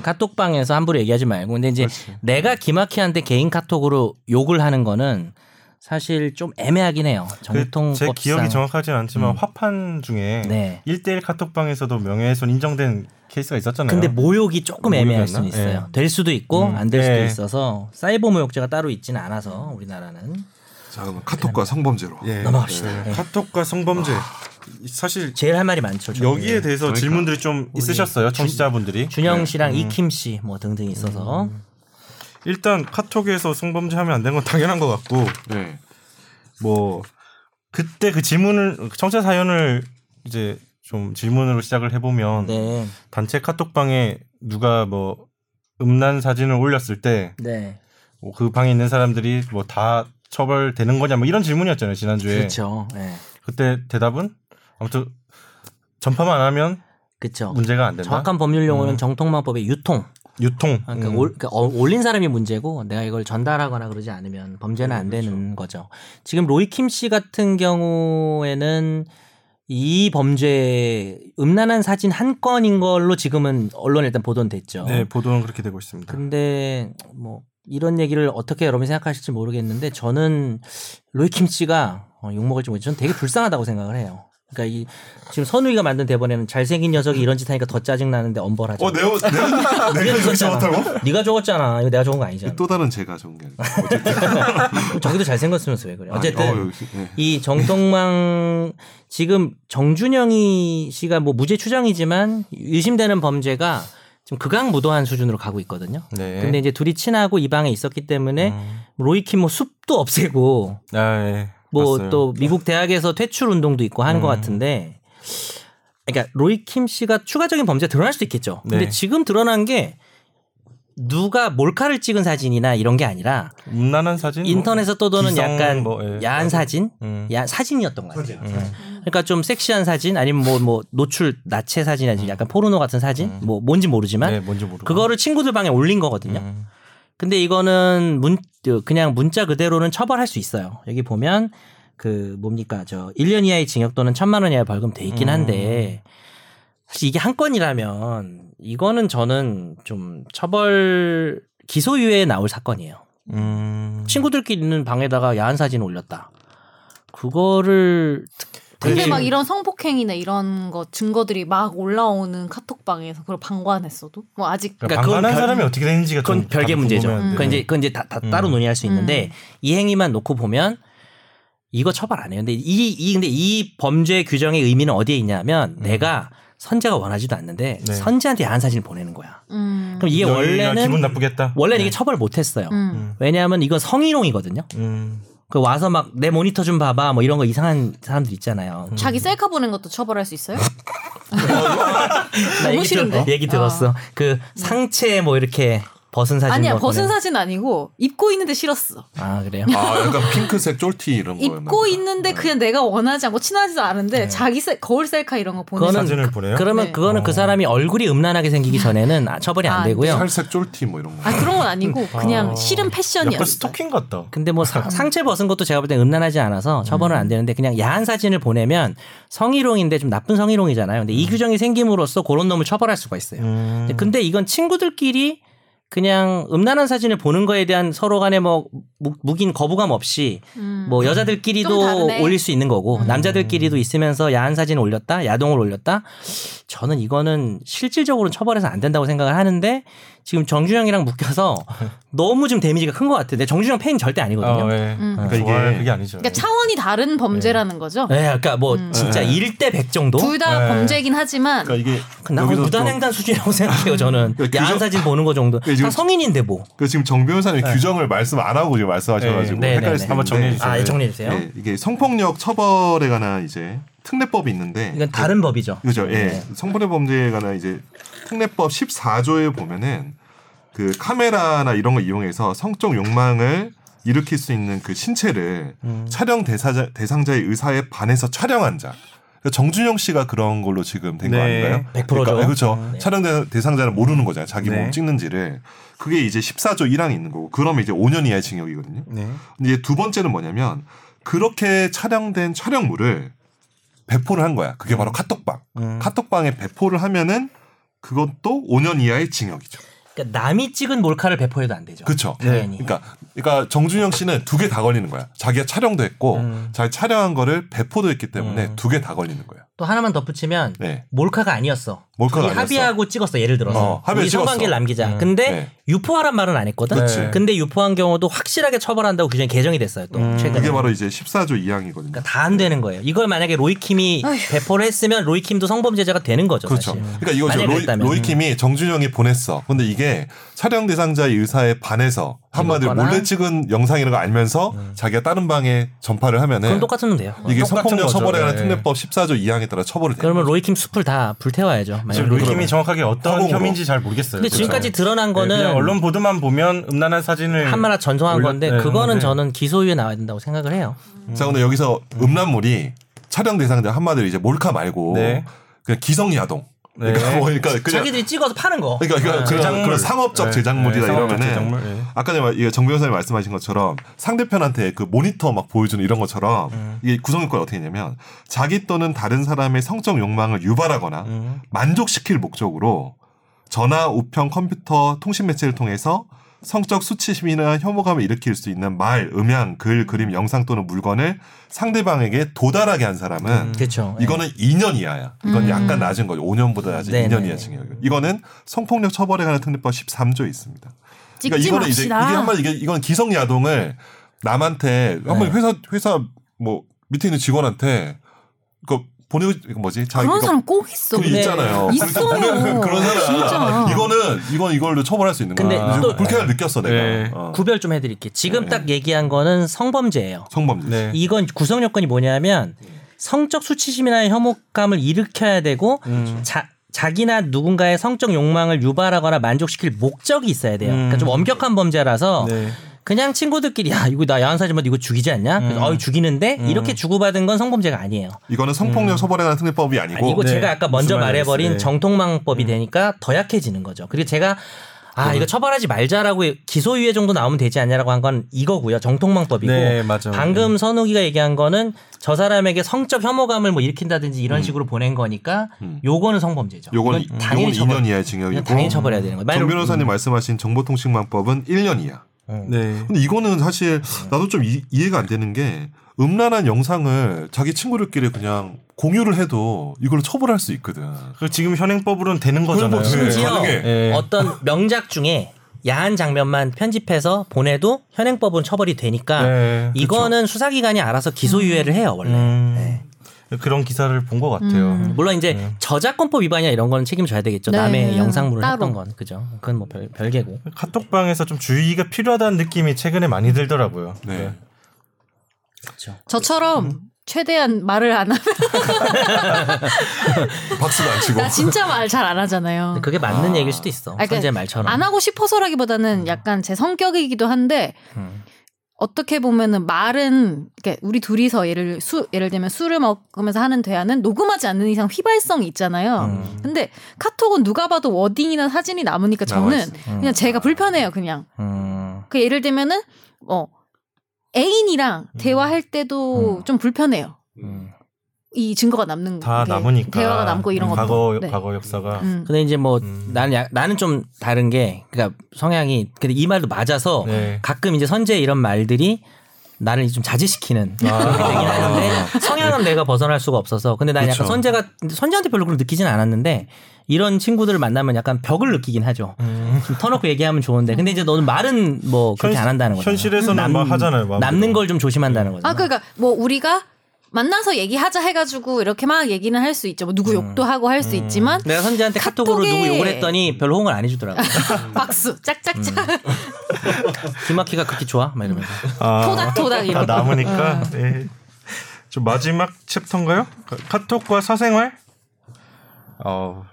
<laughs>
카톡방에서 함부로 얘기하지 말고 근데 이제 내가 김학희한테 개인 카톡으로 욕을 하는 거는 사실 좀 애매하긴 해요.
그
정통법상.
제
음.
기억이 정확하진 않지만 화판 중에
네.
1대1 카톡방에서도 명예훼손 인정된 케이스가 있었잖아요.
근데 모욕이 조금
모욕이었나?
애매할 수는 있어요. 될 수도 있고
음.
안 될 수도
네.
있어서 사이버 모욕죄가 따로 있지는 않아서 우리나라는
자, 그럼 카톡과 성범죄로.
예.
넘어갑시다. 예. 아.
카톡과 성범죄 사실
제일 할 말이 많죠. 저는.
여기에 대해서 질문들이 좀 있으셨어요, 청취자분들이.
준영
네.
씨랑 이킴 씨 뭐 등등 있어서
음. 일단 카톡에서 성범죄 하면 안 되는 건 당연한 것 같고
네.
뭐 그때 그 질문을 청취자 사연을 이제 좀 질문으로 시작을 해보면
네,
단체 카톡방에 누가 뭐 음란 사진을 올렸을 때
네,
뭐그 방에 있는 사람들이 뭐 다 처벌되는 거냐 뭐 이런 질문이었잖아요 지난주에
그렇죠, 네.
그때 대답은 아무튼 전파만 안 하면
그렇죠.
문제가 안 된다
정확한 법률 용어는 정통마법의 유통.
유통
그러니까
음.
올, 그러니까 어- 올린 사람이 문제고 내가 이걸 전달하거나 그러지 않으면 범죄는 안
그렇죠.
되는 거죠. 지금 로이킴 씨 같은 경우에는 이 범죄 음란한 사진 한 건인 걸로 지금은 언론에 일단 보도는 됐죠.
네 보도는 그렇게 되고 있습니다
어. 근데 뭐 이런 얘기를 어떻게 여러분이 생각하실지 모르겠는데 저는 로이킴 씨가 어, 욕먹을지 모르지 저는 되게 불쌍하다고 생각을 해요. 그러니까 이 지금 선우이가 만든 대본에는 잘생긴 녀석이 이런 짓 하니까 더 짜증 나는데 엄벌하자.
어, 내가 내가 내가 그렇게
썼잖아. 예,
좋았다고?
네가 적었잖아. 이거 내가 적은 거 아니잖아.
또 다른 제가 좋은 게 아니라. 어쨌든.
저기도 잘생겼으면서 왜 그래? 어쨌든
아니, 어, 역시, 예.
이 정동망 지금 정준영이 씨가 뭐 무죄 추정이지만 의심되는 범죄가 지금 극악무도한 수준으로 가고 있거든요.
네
근데 이제 둘이 친하고 이 방에 있었기 때문에
음.
로이킴 뭐 숲도 없애고
아, 예.
뭐
봤어요. 음.
또 미국 대학에서 퇴출 운동도 있고 하는 것 같은데 그러니까 로이킴 씨가 추가적인 범죄가 드러날 수도 있겠죠. 근데
네.
지금 드러난 게 누가 몰카를 찍은 사진이나 이런 게 아니라
음란한 사진 뭐
인터넷에서 떠도는
기성
약간
뭐, 예.
야한 사진,
음.
야 사진이었던 것 같아요. 그러니까 좀 섹시한 사진 아니면 뭐 뭐 노출 나체 사진이 지 약간 포르노 같은 사진 뭐 뭔지 모르지만
음. 네 뭔지 모르고
그거를 음. 친구들 방에 올린 거거든요. 그, 근데 이거는 문 그냥 문자 그대로는 처벌할 수 있어요. 여기 보면 그 뭡니까 저 1년 이하의 징역 또는 천만 원 이하의 벌금 돼 있긴 한데 사실 이게 한 건이라면 이거는 저는 좀 처벌 기소유예에 나올 사건이에요.
음.
친구들끼리 있는 방에다가 야한 사진 올렸다. 그거를
근데
대신-
막 이런 성폭행이나 이런 거 증거들이 막 올라오는 카톡방에서 그걸 방관했어도 뭐 아직
그러니까
그건
방관한
별-
사람이 어떻게 되는지가 좀
그러니까 그건 별개
다른
문제죠.
궁금해요.
그건
네. 음.
이제 그건 이제 다, 다 따로 논의할 수 있는데 이 행위만 놓고 보면 이거 처벌 안 해요. 근데 이, 이 근데 이 범죄 규정의 의미는 어디에 있냐면 내가 선재가 원하지도 않는데
음. 네.
선재한테 야한 사진을 보내는 거야.
음.
그럼 이게
너희가
원래는
기분 네. 나쁘겠다.
원래 는 이게 처벌 못 했어요.
음.
왜냐하면 이건 성희롱이거든요.
음.
그 와서 막 내 모니터 좀 봐봐 뭐 이런 거 이상한 사람들 있잖아요.
음.
자기 셀카 보낸 것도 처벌할 수 있어요?
나 얘기, 들,
싫은데?
얘기 들었어. 그 상체 뭐 이렇게 벗은 사진
아니야
뭐
벗은
보내-
사진 아니고 입고 있는데 싫었어.
아
<laughs>
그래요.
아, 약간 핑크색 쫄티 이런 거.
입고 있는데 그냥 내가 원하지 않고 친하지도 않은데 자기 셀, 거울 셀카 이런 거 보내.
그거는
사진을 보내요? 어.
그러면
네.
그거는 그 사람이 얼굴이 음란하게 생기기 전에는 아, 처벌이
아,
안
안
되고요.
살색 쫄티 뭐 이런 거.
아 그런 건 아니고 그냥
아.
싫은
약간
패션이었어.
스토킹 같다.
근데 뭐 사- 상체 벗은 것도 제가 볼 때 음란하지 않아서 처벌은 안 되는데 그냥 야한 사진을 보내면 성희롱인데 좀 나쁜 성희롱이잖아요. 근데 이 규정이 생김으로써 그런 놈을 처벌할 수가 있어요.
음.
근데 이건 친구들끼리 그냥 음란한 사진을 보는 거에 대한 서로 간에 뭐 무- 묵인 거부감 없이
음.
뭐
좀 다르네. 음.
여자들끼리도 올릴 수 있는 거고 남자들끼리도 있으면서 야한 사진 올렸다 야동을 올렸다 저는 이거는 실질적으로 는 처벌해서 안 된다고 생각을 하는데 지금 정준영이랑
<laughs>
묶여서 너무 좀 데미지가 큰 것 같아요. 근데 정준영 팬 절대 아니거든요.
아, 예.
음.
그러니까 이게 그게 아니죠.
그러니까 차원이 다른 범죄라는 거죠.
예, 그러니까 뭐
음.
진짜
네.
1대 100 정도.
둘 다
네.
범죄이긴 하지만
그러니까 이게
나
여기서 또-
무단횡단 수준이라고 생각해요. 저는
<laughs> 그러니까
야한
규정-
사진 보는 거 정도.
그러니까
다
지금-
성인인데 뭐.
그 지금 정 변호사님 규정을 말씀 안 하고 지금 말씀하셔가지고
네, 네, 네.
헷갈릴 수도
한번 정리해
있는데.
주세요.
아, 예, 정리해 주세요.
네, 이게 성폭력 처벌에 관한 이제 특례법이 있는데
이건 다른 법이죠.
그죠. 예.
네.
성폭력 범죄에 관한 이제 특례법 14조에 보면은 그 카메라나 이런 거 이용해서 성적 욕망을 일으킬 수 있는 그 신체를
음.
음.
촬영 대사자, 대상자의 의사에 반해서 촬영한 자. 그러니까 정준영 씨가 그런 걸로 지금 된 거
네.
아닌가요?
100% 죠.
그러니까, 그렇죠.
네.
촬영 대- 대상자는 모르는 거잖아요. 자기
네.
몸 찍는지를. 그게 이제 14조 1항이 있는 거고. 그러면 이제 5년 이하의 징역이거든요.
네.
근데 이제 두 번째는 뭐냐면 그렇게 촬영된 촬영물을 배포를 한 거야. 그게 바로 카톡방.
음.
카톡방에 배포를 하면은 그것도 5년 이하의 징역이죠.
그러니까 남이 찍은 몰카를 배포해도 안 되죠.
그렇죠.
당연히.
그러니까 그러니까 정준영 씨는 두 개 다 걸리는 거야. 자기가 촬영도 했고
음.
자기 촬영한 거를 배포도 했기 때문에 두 개 다 걸리는 거야.
또 하나만 덧붙이면
네.
몰카가 아니었어.
몰카가
둘이
아니었어.
합의하고 찍었어. 예를 들어서
어, 합의를
우리 성관계를
찍었어.
남기자. 근데
네.
유포하란 말은 안 했거든. 네.
그치.
근데 유포한 경우도 확실하게 처벌한다고 규정이 개정이 됐어요. 또 최근에.
음. 그게 바로 이제 14조 2항이거든요.
네. 그러니까 다 안 되는 거예요. 이걸 만약에 로이킴이 배포를 했으면 로이킴도 성범죄자가 되는 거죠.
그렇죠.
사실.
그러니까 이거죠.
만약에
로이,
그랬다면.
로이킴이 정준영이 보냈어. 근데 이게 촬영 대상자의 의사에 반해서 한마디로
찍었거나. 음.
몰래 찍은 영상이라는 걸 알면서 자기가 다른 방에 전파를
그건
하면은
똑같은 건데요.
네. 이게
똑같은
성폭력
거죠.
처벌에 관한
네.
특례법 14조 2항에 따라 처벌이 돼요.
그러면 로이킴 숲을 다 불태워야죠. 만약에
그렇죠.
지금 로이킴이 정확하게 어떤
화공으로.
혐의인지 잘 모르겠어요.
근데 지금까지 드러난
네,
거는
그냥 언론 보도만 보면 음란한 사진을
한마라 전송한
올렸-
건데
네,
그거는
했는데.
저는 기소유예 나와야 된다고 생각을 해요.
자, 근데 여기서 음란물이 촬영 대상자 한마디로 이제 몰카 말고
네.
그냥 기성 야동. 그러니까 뭐 그러니까 그냥
자기들이 찍어서 파는 거.
그러니까, 그러니까 그런,
제작물.
그런 상업적
네,
제작물이다
네, 상업적
이러면은
제작물, 네.
아까 전에 이거 정 변호사님 말씀하신 것처럼 상대편한테 그 모니터 막 보여주는 이런 것처럼
음.
이게 구성요건이 어떻게 되냐면 자기 또는 다른 사람의 성적 욕망을 유발하거나
음. 네.
만족시킬 목적으로 전화, 우편, 컴퓨터, 통신 매체를 통해서 성적 수치심이나 혐오감을 일으킬 수 있는 말, 음향, 글, 그림, 영상 또는 물건을 상대방에게 도달하게 한 사람은
그렇죠. 예.
이거는 2년 이하야.
음.
이건 약간 낮은 거죠. 5년보다 낮은
네네네.
2년 이하 징역. 이거는 성폭력 처벌에 관한 특례법 13조에 있습니다. 그러니까
찍지
이거는 이제 이게
맙시다.
한마디 이게 이건 기성 야동을 남한테 한번
네.
회사 회사 뭐 밑에 있는 직원한테 그 보내고 이거 뭐지? 자,
그런
이거
사람 꼭 있어.
그
네.
있잖아요.
있어요.
그런 사람
진짜.
이거는 이건 이걸로 처벌할 수 있는
근데
거야.
또-
불쾌함 느꼈어 내가.
네.
어.
구별 좀 해드릴게. 요 지금 딱 얘기한 거는 성범죄예요.
성범죄.
네.
이건 구성 요건이 뭐냐면 성적 수치심이나 혐오감을 일으켜야 되고
그렇죠.
자, 자기나 누군가의 성적 욕망을 유발하거나 만족시킬 목적이 있어야 돼요. 그러니까 좀 엄격한 범죄라서
음. 네.
그냥 친구들끼리 야 이거 나 야한 사진 봤는데 이거 죽이지 않냐? 그래서
음.
어 죽이는데 이렇게 주고받은 건 성범죄가 아니에요.
이거는 성폭력 처벌에 관한 특례법이 아니고
아니고
네.
제가 아까 먼저
무슨 말인지
말해버린
알겠어요. 네.
정통망법이 되니까 더 약해지는 거죠. 그리고 제가 아 이거 처벌하지 말자라고 기소유예 정도 나오면 되지 않냐라고 한 건 이거고요 정통망법이고
네, 맞아요.
방금 선우기가 얘기한 거는 저 사람에게 성적 혐오감을 뭐 일으킨다든지
음.
이런 식으로 보낸 거니까
음.
요거는 성범죄죠.
요건
이건
당연히
처벌-
2년 이하의 징역이고
이건 당연히 처벌해야 되는 거예요.
정
만약-
변호사님 말씀하신 정보통신망법은 1년 이하.
네.
근데 이거는 사실 나도 좀 이, 해가안 되는 게 음란한 영상을 자기 친구들끼리 그냥 공유를 해도 이걸로 처벌할 수 있거든.
그 지금 현행법으로는 되는 거잖아요.
현행법 지금
네.
심지어
가능해.
예. <laughs>
어떤 명작 중에 야한 장면만 편집해서 보내도 현행법은 처벌이 되니까
네,
이거는 수사기관이 알아서 기소유예를 해요 원래.
음,
네.
그런 기사를 본 것 같아요.
물론 이제 저작권법 위반이나 이런 거는 책임져야 되겠죠.
네,
남의 영상물을
따로. 어.
했던 건 그죠. 그건 뭐 별, 별개고.
카톡방에서 좀 주의가 필요하다는 느낌이 최근에 많이 들더라고요.
음,
네.
그렇죠.
저처럼 최대한 말을 안 하면
박수도 안
뭐.
<laughs>
치고.
나 진짜 말 잘 안
네,
하잖아요.
그게 맞는 얘기일 수도 있어.
그러니까
선재 말처럼.
안 하고
음.
싶어서라기보다는 약간 제 성격이기도 한데
음.
어떻게 보면은 말은 이렇게 우리 둘이서 예를 수 예를 들면 술을 먹으면서 하는 대화는 녹음하지 않는 이상 휘발성이 있잖아요.
음.
근데 카톡은 누가 봐도 워딩이나 사진이 남으니까
나와
음.
저는
있으니까.
음. 그냥 제가 불편해요. 그냥
음.
그 예를 들면은 어 애인이랑
음.
대화할 때도
음.
좀 불편해요.
음.
이 증거가 남는
다
게
남으니까
대화가 남고
음,
이런 것도
과거
네.
과거 역사가
음.
근데 이제 뭐
음.
나는 야- 나는 좀 다른 게 그러니까 성향이 근데 이 말도 맞아서
네.
가끔 이제 선재 이런 말들이 나를 좀 자제시키는 네.
아.
그런 게 되긴 하는데 성향은 내가 벗어날 수가 없어서 근데 난 약간
그쵸.
선재가 선재한테 별로 그걸 느끼진 않았는데 이런 친구들을 만나면 약간 벽을 느끼긴 하죠.
음.
좀 터놓고 얘기하면 좋은데 근데 이제 너는 말은 뭐 그렇게
현실-
안 한다는 거잖아.
현실에서는 막 하잖아요, 마음대로.
남는 걸 좀 조심한다는 거죠.
아 그러니까 뭐 우리가 만나서 얘기하자 해가지고 이렇게 막 얘기는 할 수 있죠. 뭐 누구 욕도 하고 할 수 있지만
내가 선재한테 카톡으로
카톡에-
누구 욕을 했더니 별로 호응을 안 해주더라고.
<laughs> 박수 짝짝짝
김학희가 그렇게 좋아? 막 이러면서.
아,
<laughs> 토닥토닥
다
이런 거.
남으니까.
아.
네. 저 마지막 챕터인가요? 카- 카톡과 사생활. 어,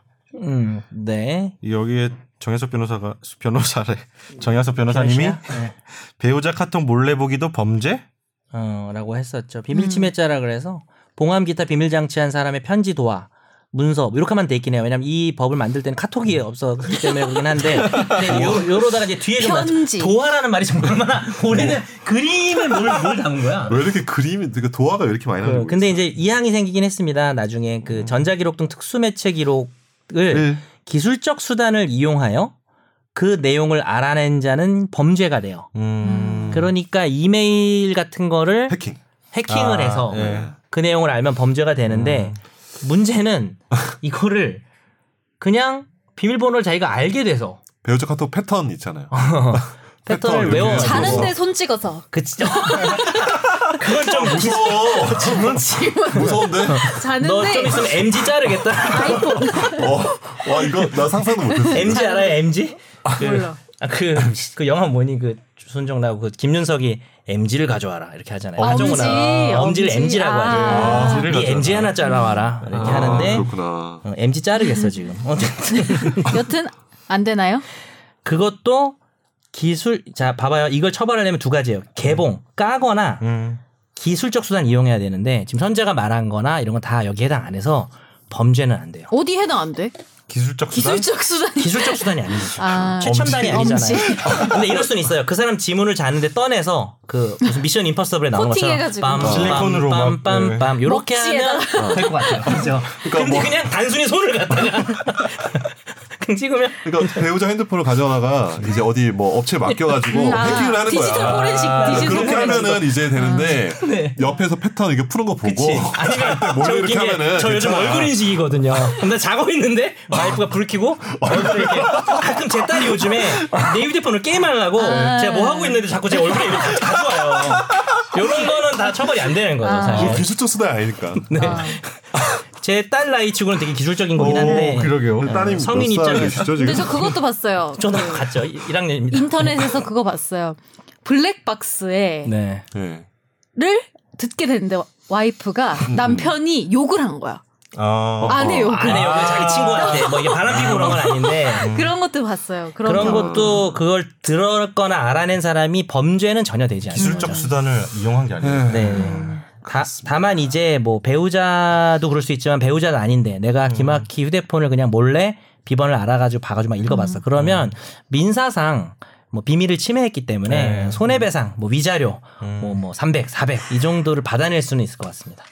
음, 네.
여기에 정현석 변호사가
<laughs>
변호사래. 정현석 변호사님이
변호사야? 네.
배우자 카톡 몰래 보기도 범죄?
어, 라고 했었죠.
음.
비밀침해죄라 그래서 봉함 기타 비밀 장치한 사람의 편지 도와 문서 뭐 이렇게만 돼 있긴 해요. 왜냐면 이 법을 만들 때는
음.
카톡이 없었기 때문에 그러긴 한데
<laughs>
근데 요, 요러다가 이제 뒤에 좀 나왔죠.
편지. 네.
도화라는 말이
<laughs>
정말 얼마나 올해는 그림을 뭘, 뭘 담은 거야.
왜 이렇게 그림이 그러니까 도화가 왜 이렇게 많이
그,
나오는 거야?
근데 이제 이항이 생기긴 했습니다. 나중에 그 전자기록 등 특수매체 기록을 기술적 수단을 이용하여 그 내용을 알아낸 자는 범죄가 돼요.
음.
그러니까 이메일 같은 거를
해킹.
해킹을
아,
해서
예.
그 내용을 알면 범죄가 되는데 문제는 이거를 그냥 비밀번호를 자기가 알게 돼서
배우자 카톡 패턴 있잖아요.
패턴을
패턴
외워
이렇게 해서.
자는데 손 찍어서
그치 그건
<laughs>
좀
무서워. 무서운데?
<laughs> 너 좀
자는데
있으면 MG 자르겠다
어, 와 이거 나 상상도
<laughs>
못했어.
MG 알아요 MG
몰라.
그그
아,
그 영화 뭐니 그 손정 나오고 그 김윤석이 MG를 가져와라 이렇게 하잖아요
엄지,
엄지를
엄지.
MG라고 하죠
아.
아, 지를
네
가져와라.
MG 하나 잘라와라 이렇게
아,
하는데
그렇구나.
어, MG 자르겠어 지금 어쨌든 <laughs>
여튼 안 되나요?
그것도 기술 자 봐봐요 이걸 처벌하려면 두 가지예요 개봉 까거나
음.
기술적 수단 이용해야 되는데 지금 선재가 말한거나 이런 건 다 여기 해당 안 해서 범죄는 안 돼요
어디 해당 안 돼?
기술적 수단?
기술적 수단이
기술적 어, 수단이 아닌 거죠
아
최첨단이
엄지.
아니잖아요 근데 이럴 수는 <laughs> 있어요 그 사람 지문을 자는데 떠내서 그 무슨 미션 임퍼서블에 나오는 것처럼
코팅해가지고.
실리콘으로 막,
빰빰빰빰빰 요렇게 하면
먹지에다가. 어,
될 것 같아요 <laughs> 그죠 근데
네. 뭐-
그냥 단순히 손을
<laughs>
갖다가 그냥 찍으면
그러니까 배우자 핸드폰을 가져다가 이제 어디 뭐 업체 맡겨가지고
아,
해킹을 하는
디지털
거야. 아,
포렌식, 디지털
그렇게
포렌식.
하면은 이제 되는데
네.
옆에서 패턴 이게 푸는 거 보고
그치. 아니면 저
뭐, 이렇게
웃긴 게
하면은
저 요즘
괜찮아.
얼굴 인식이거든요. 근데 자고 있는데 와이프가 불
어.
켜고 얼굴 이렇게 가끔 제 딸이 요즘에 내 휴대폰을 게임하려고
아.
제가 뭐 하고 있는데 자꾸 제 얼굴에 이렇게 가져와요. 이런 거는 다 처벌이 안 되는
아.
거죠
이거
사실.
기술적 수단이 아니니까.
네. 제 딸 나이 치고는 되게 기술적인
어,
거긴 한데
오, 그러게요. 따님
네. 성인
몇
입장에서.
살이시죠 지금?
근데 저 그것도 봤어요.
저도 갔죠. 1학년입니다.
인터넷에서 그거 봤어요. 블랙박스에
네.
네.
를 듣게 됐는데 와이프가 남편이 욕을 한 거야.
아.
아내 욕을.
안에 여기 자기 친구한테 뭐 이게 바람 피고 그런 건 아닌데
그런 것도 봤어요. 그런,
그런
거.
것도 그걸 들었거나 알아낸 사람이 범죄는 전혀 되지 않는
기술적
거죠.
수단을 이용한 게 아니에요.
네. 다, 다만 이제 뭐 배우자도 그럴 수 있지만 배우자는 아닌데 내가 김학희 휴대폰을 그냥 몰래 비번을 알아가지고 봐가지고 막 읽어봤어. 그러면 민사상 뭐 비밀을 침해했기 때문에
네.
손해배상, 뭐 위자료, 뭐 뭐 300, 400 이 정도를 받아낼 수는 있을 것 같습니다.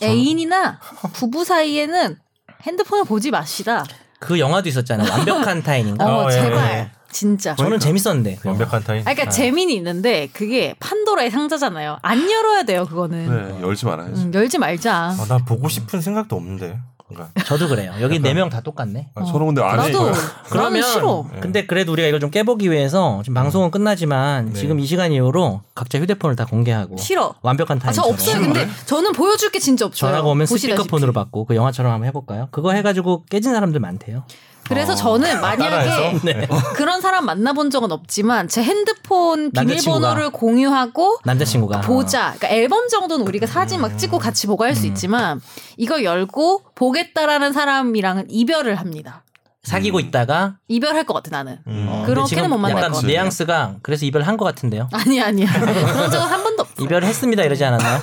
애인이나 부부 사이에는 핸드폰을 보지 마시다.
그 영화도
<laughs>
있었잖아요. 완벽한
어,
타인인가.
아, 예,
제발
예.
진짜.
저는 재밌었는데. 그 영화.
완벽한 타인. 네.
아, 그러니까 재미는 있는데 그게 판도라의 상자잖아요. 안 열어야 돼요 그거는.
네, 열지 말아야지.
음, 열지 말자.
아, 난 보고 싶은 생각도 없는데. 그러니까
저도 그래요. 여기 네 명 다 똑같네.
아,
서로 근데 안
나도
해요.
나는 싫어.
근데 그래도 우리가 이걸 좀 깨보기 위해서 지금 방송은 끝나지만 지금 이 시간 이후로 각자 휴대폰을 다 공개하고
싫어.
완벽한 타임.
아, 저 없어요. 근데 저는 보여줄 게 진짜 없어요.
전화가 오면
보시다시피.
스피커폰으로 받고 그 영화처럼 한번 해볼까요? 그거 해가지고 깨진 사람들 많대요. 어.
그래서 저는 만약에
따라해서? 네.
그런 사람 만나본 적은 없지만 제 핸드폰
남자친구가.
비밀번호를 공유하고
남자친구가
보자. 그러니까 앨범 정도는 우리가 사진 막 찍고 같이 보고
음.
할 수 있지만 이거 열고 보겠다라는 사람이랑은 이별을 합니다.
사귀고 있다가
이별할 것 같아 나는.
음.
어,
그렇게는
근데 지금
못 만날
약간
것 같아요.
뉘앙스가 그래서 이별한 것 같은데요.
아니
<laughs>
아니야. 그런 적은 한 번도 없어.
이별했습니다 이러지 않았나요?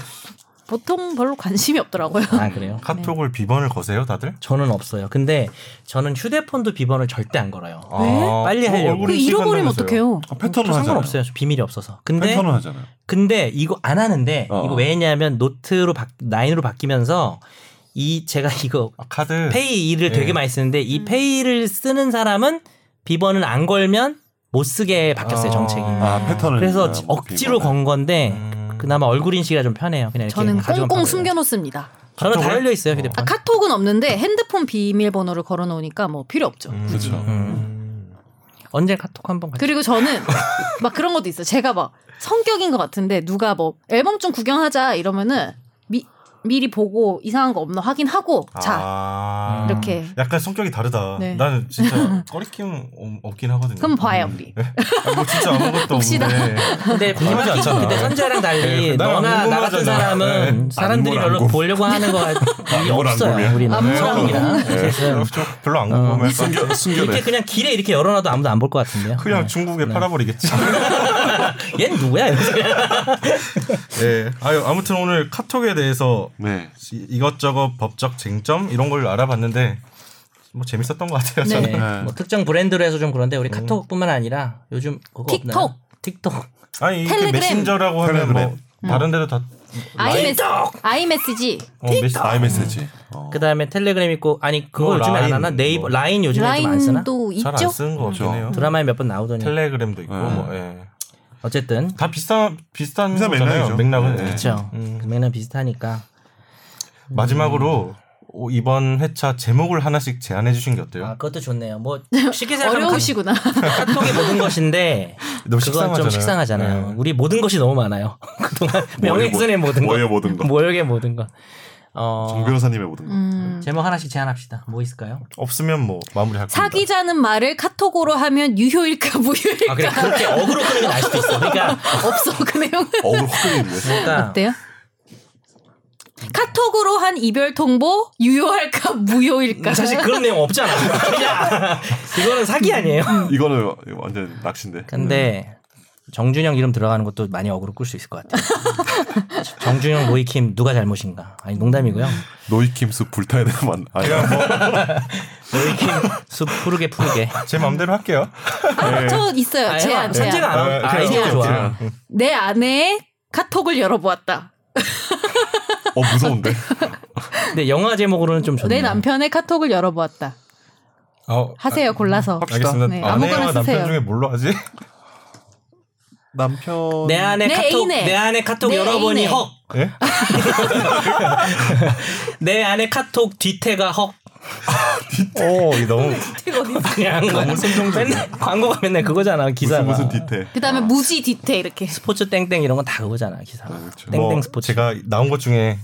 보통 별로 관심이 없더라고요.
아 그래요?
카톡을 비번을 거세요,
네?
다들?
저는 없어요. 근데 저는 휴대폰도 비번을 절대 안 걸어요.
아,
빨리
어,
하려고.
얼굴이
그
시간나면서요.
잃어버리면 어떡해요?
아, 패턴은
저
하잖아요.
상관없어요. 저 비밀이 없어서. 근데
패턴은 하잖아요.
근데 이거 안 하는데
어.
이거 왜냐하면 노트로 바, 라인으로 바뀌면서 이 제가 <laughs> 이거
아, 카드.
페이를 되게
네.
예.
많이 쓰는데
음.
이 페이를 쓰는 사람은 비번을 안 걸면 못 쓰게 바뀌었어요
아.
정책이.
아, 패턴을.
그래서
아,
지-
뭐
억지로
비번을.
건 건데
음.
그나마 얼굴 인식이라 좀 편해요. 그냥 이렇게
저는
가져만
꽁꽁
봐도.
숨겨놓습니다.
저는 다
카톡을?
열려 있어요 휴대폰.
아, 카톡은 없는데 핸드폰 비밀번호를 걸어놓으니까 뭐 필요 없죠.
음.
그쵸.
음.
언제 카톡 한번 같이.
그리고
<laughs>
저는 막 그런 것도 있어요. 제가 막 성격인 것 같은데 누가 뭐 앨범 좀 구경하자 이러면은 미, 미리 보고 이상한 거 없나 확인하고 자
아.
이렇게
약간 성격이 다르다.
네.
나는
<laughs>
진짜 꺼리낌 없- 없긴 하거든요.
그럼 봐요 우리.
아, 뭐 진짜 아무것도
<laughs> 봅시다.
없는데.
근데
궁금하지
비박이
않잖아.
근데 선재랑 달리
예, 그날
너나
안
나 같은
궁금하잖아. 예.
사람은 사람들이
안
별로
궁금.
보려고 하는
<laughs>
거
아,
이게
안
없어
궁금해.
요 우리는
네,
안
처음이라.
궁금해.
사실은
저 별로
어.
안 궁금해.
숨겨,
이렇게
숨겨내.
그냥 길에 이렇게 열어놔도 아무도 안 볼 것 같은데요.
네.
네.
그냥 중국에 팔아버리겠지. <laughs>
얘는 누구야? 이러면서
예. 아유, 아무튼 오늘 카톡에 대해서
네.
이- 이것저것 법적 쟁점 이런 걸 알아봤는데 뭐 재밌었던 것 같아요. 저는.
네.
네. 뭐 특정 브랜드로 해서 좀 그런데
음.
우리 카톡뿐만 아니라 요즘 그거
틱톡.
없나요? 틱톡.
아니 이게
텔레그램.
메신저라고 하면
텔레그램. 음.
뭐 다른 데도 다
아이메시 아이메시지
어, 메시,
나의 메시지. 어.
그다음에 텔레그램 있고 아니 그거
뭐
요즘에 안
라인,
하나? 네이버
뭐.
라인 요즘에 좀 안 쓰나?
라인도
잘안
있죠.
쓰는 거 같긴 해요.
드라마에 몇 번 나오더니
텔레그램도 있고
그렇죠. 네.
뭐 예.
어쨌든
다 비슷한 비슷한
비슷한
거잖아요.
맥락이죠.
맥락은
네.
예.
그렇죠.
음.
그 맥락 비슷하니까
마지막으로 오, 이번 회차 제목을 하나씩 제안해 주신 게 어때요?
아 그것도 좋네요. 뭐 쉽게 생각하면
어려우시구나.
카- 카톡이 모든 것인데
너무
그건 좀
식상하잖아요.
식상하잖아요.
네.
우리 모든 것이 너무 많아요. <laughs> 네, 그동안
뭐예요,
명예훼손의
뭐-
모든 것,
뭐예요, 모든 것.
모욕의 모든 것. 어,
정 변호사님의 모든 거.
음.
제목 하나씩 제안합시다. 뭐 있을까요?
없으면 뭐 마무리할 겁니다.
사귀자는 말을 카톡으로 하면 유효일까 <laughs> 무효일까
아 그래 그렇게 억으로 끄는 게날 수도 있어. 그러니까
없어 그 내용은
억울 확 끌리는데.
그러니까
어때요? 카톡으로 한 이별 통보 유효할까 무효일까?
음, 사실 그런 내용 없잖아. 그냥 <laughs> 이거는 사기 아니에요.
이거는 완전 낚시인데.
근데 정준영 이름 들어가는 것도 많이 억울로 끌 수 있을
<laughs>
것 같아요. 정준영 노이킴 누가 잘못인가? 아니 농담이고요.
노이킴스 불타야 되는 만. 아,
뭐 노이킴 숲 푸르게 푸르게.
제 마음대로 할게요.
아, 저 있어요. 제안,
선진
제안.
안 하고 아,
그래요.
이게 좋아.
제안.
내 아내의 카톡을 열어보았다.
어 무서운데.
근데 영화 제목으로는 좀 좋네.
내 남편의 카톡을 열어보았다.
어,
하세요, 골라서.
알겠습니다.
네,
아내와 어,
아무거나 쓰세요.
남편 중에 뭘로 하지?
남편.
내 안에
내
카톡
애인의.
내 안에 카톡
내
열어보니
애인의.
헉.
<laughs> 예?
내 안에 카톡 뒤태가 헉.
오, 어, 이 너무
그냥 맨날 광고가 맨날 그거잖아 기사가.
아, 무슨 무슨 디테.
그 다음에 무지 디테일 이렇게.
스포츠 땡땡 이런 건 다 그거잖아 기사. 가
그렇죠.
땡땡
뭐
스포츠.
제가 나온 것 중에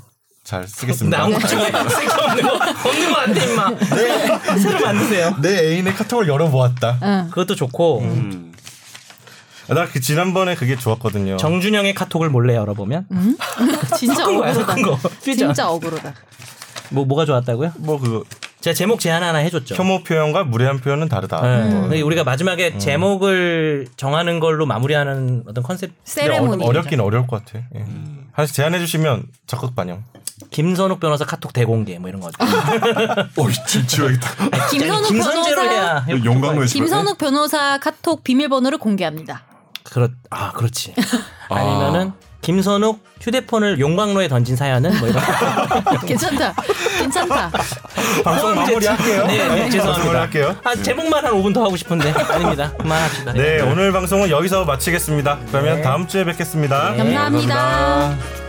잘 쓰겠습니다.
나온 거 중에
<laughs>
쓸데없는 거 없는 거 같아 임마.
네.
새로 만드세요.
내 애인의 카톡을 열어보았다.
응.
그것도 좋고
음.
나 그 지난번에 그게 좋았거든요.
정준영의 카톡을 몰래 열어보면
진짜
섞은 거야
억울하다.
섞은 거. 퓨전.
진짜 억울하다.
뭐 뭐가 좋았다고요?
뭐 그거
제가 제목 제안 하나 해줬죠.
혐오 표현과 무례한 표현은 다르다.
네.
음.
뭐
근데 우리가 마지막에
음.
제목을 정하는 걸로 마무리하는 어떤 컨셉.
세레모니.
어렵긴 어려울 것 같아. 예. 하나씩 제안해 주시면 적극 반영.
김선욱 변호사 카톡 대공개 뭐 이런 거죠.
어, 진출하겠다.
아, 김선욱
김선재로
변호사
해야.
영광로에
김선욱 변호사 카톡 비밀번호를 공개합니다.
그렇 아 그렇지. 아니면은 김선욱 휴대폰을 용광로에 던진 사연은 뭐 이런.
어. 괜찮다. 괜찮다.
<laughs> 방송 아, 예, 마무리할게요.
네, 네,
방송을
죄송합니다.
할게요.
아 제목만 한 5분 더 하고 싶은데 아닙니다. 그만합시다.
네, 오늘 방송은 여기서 마치겠습니다. 그러면 다음 주에 뵙겠습니다.
네. 감사합니다.
감사합니다.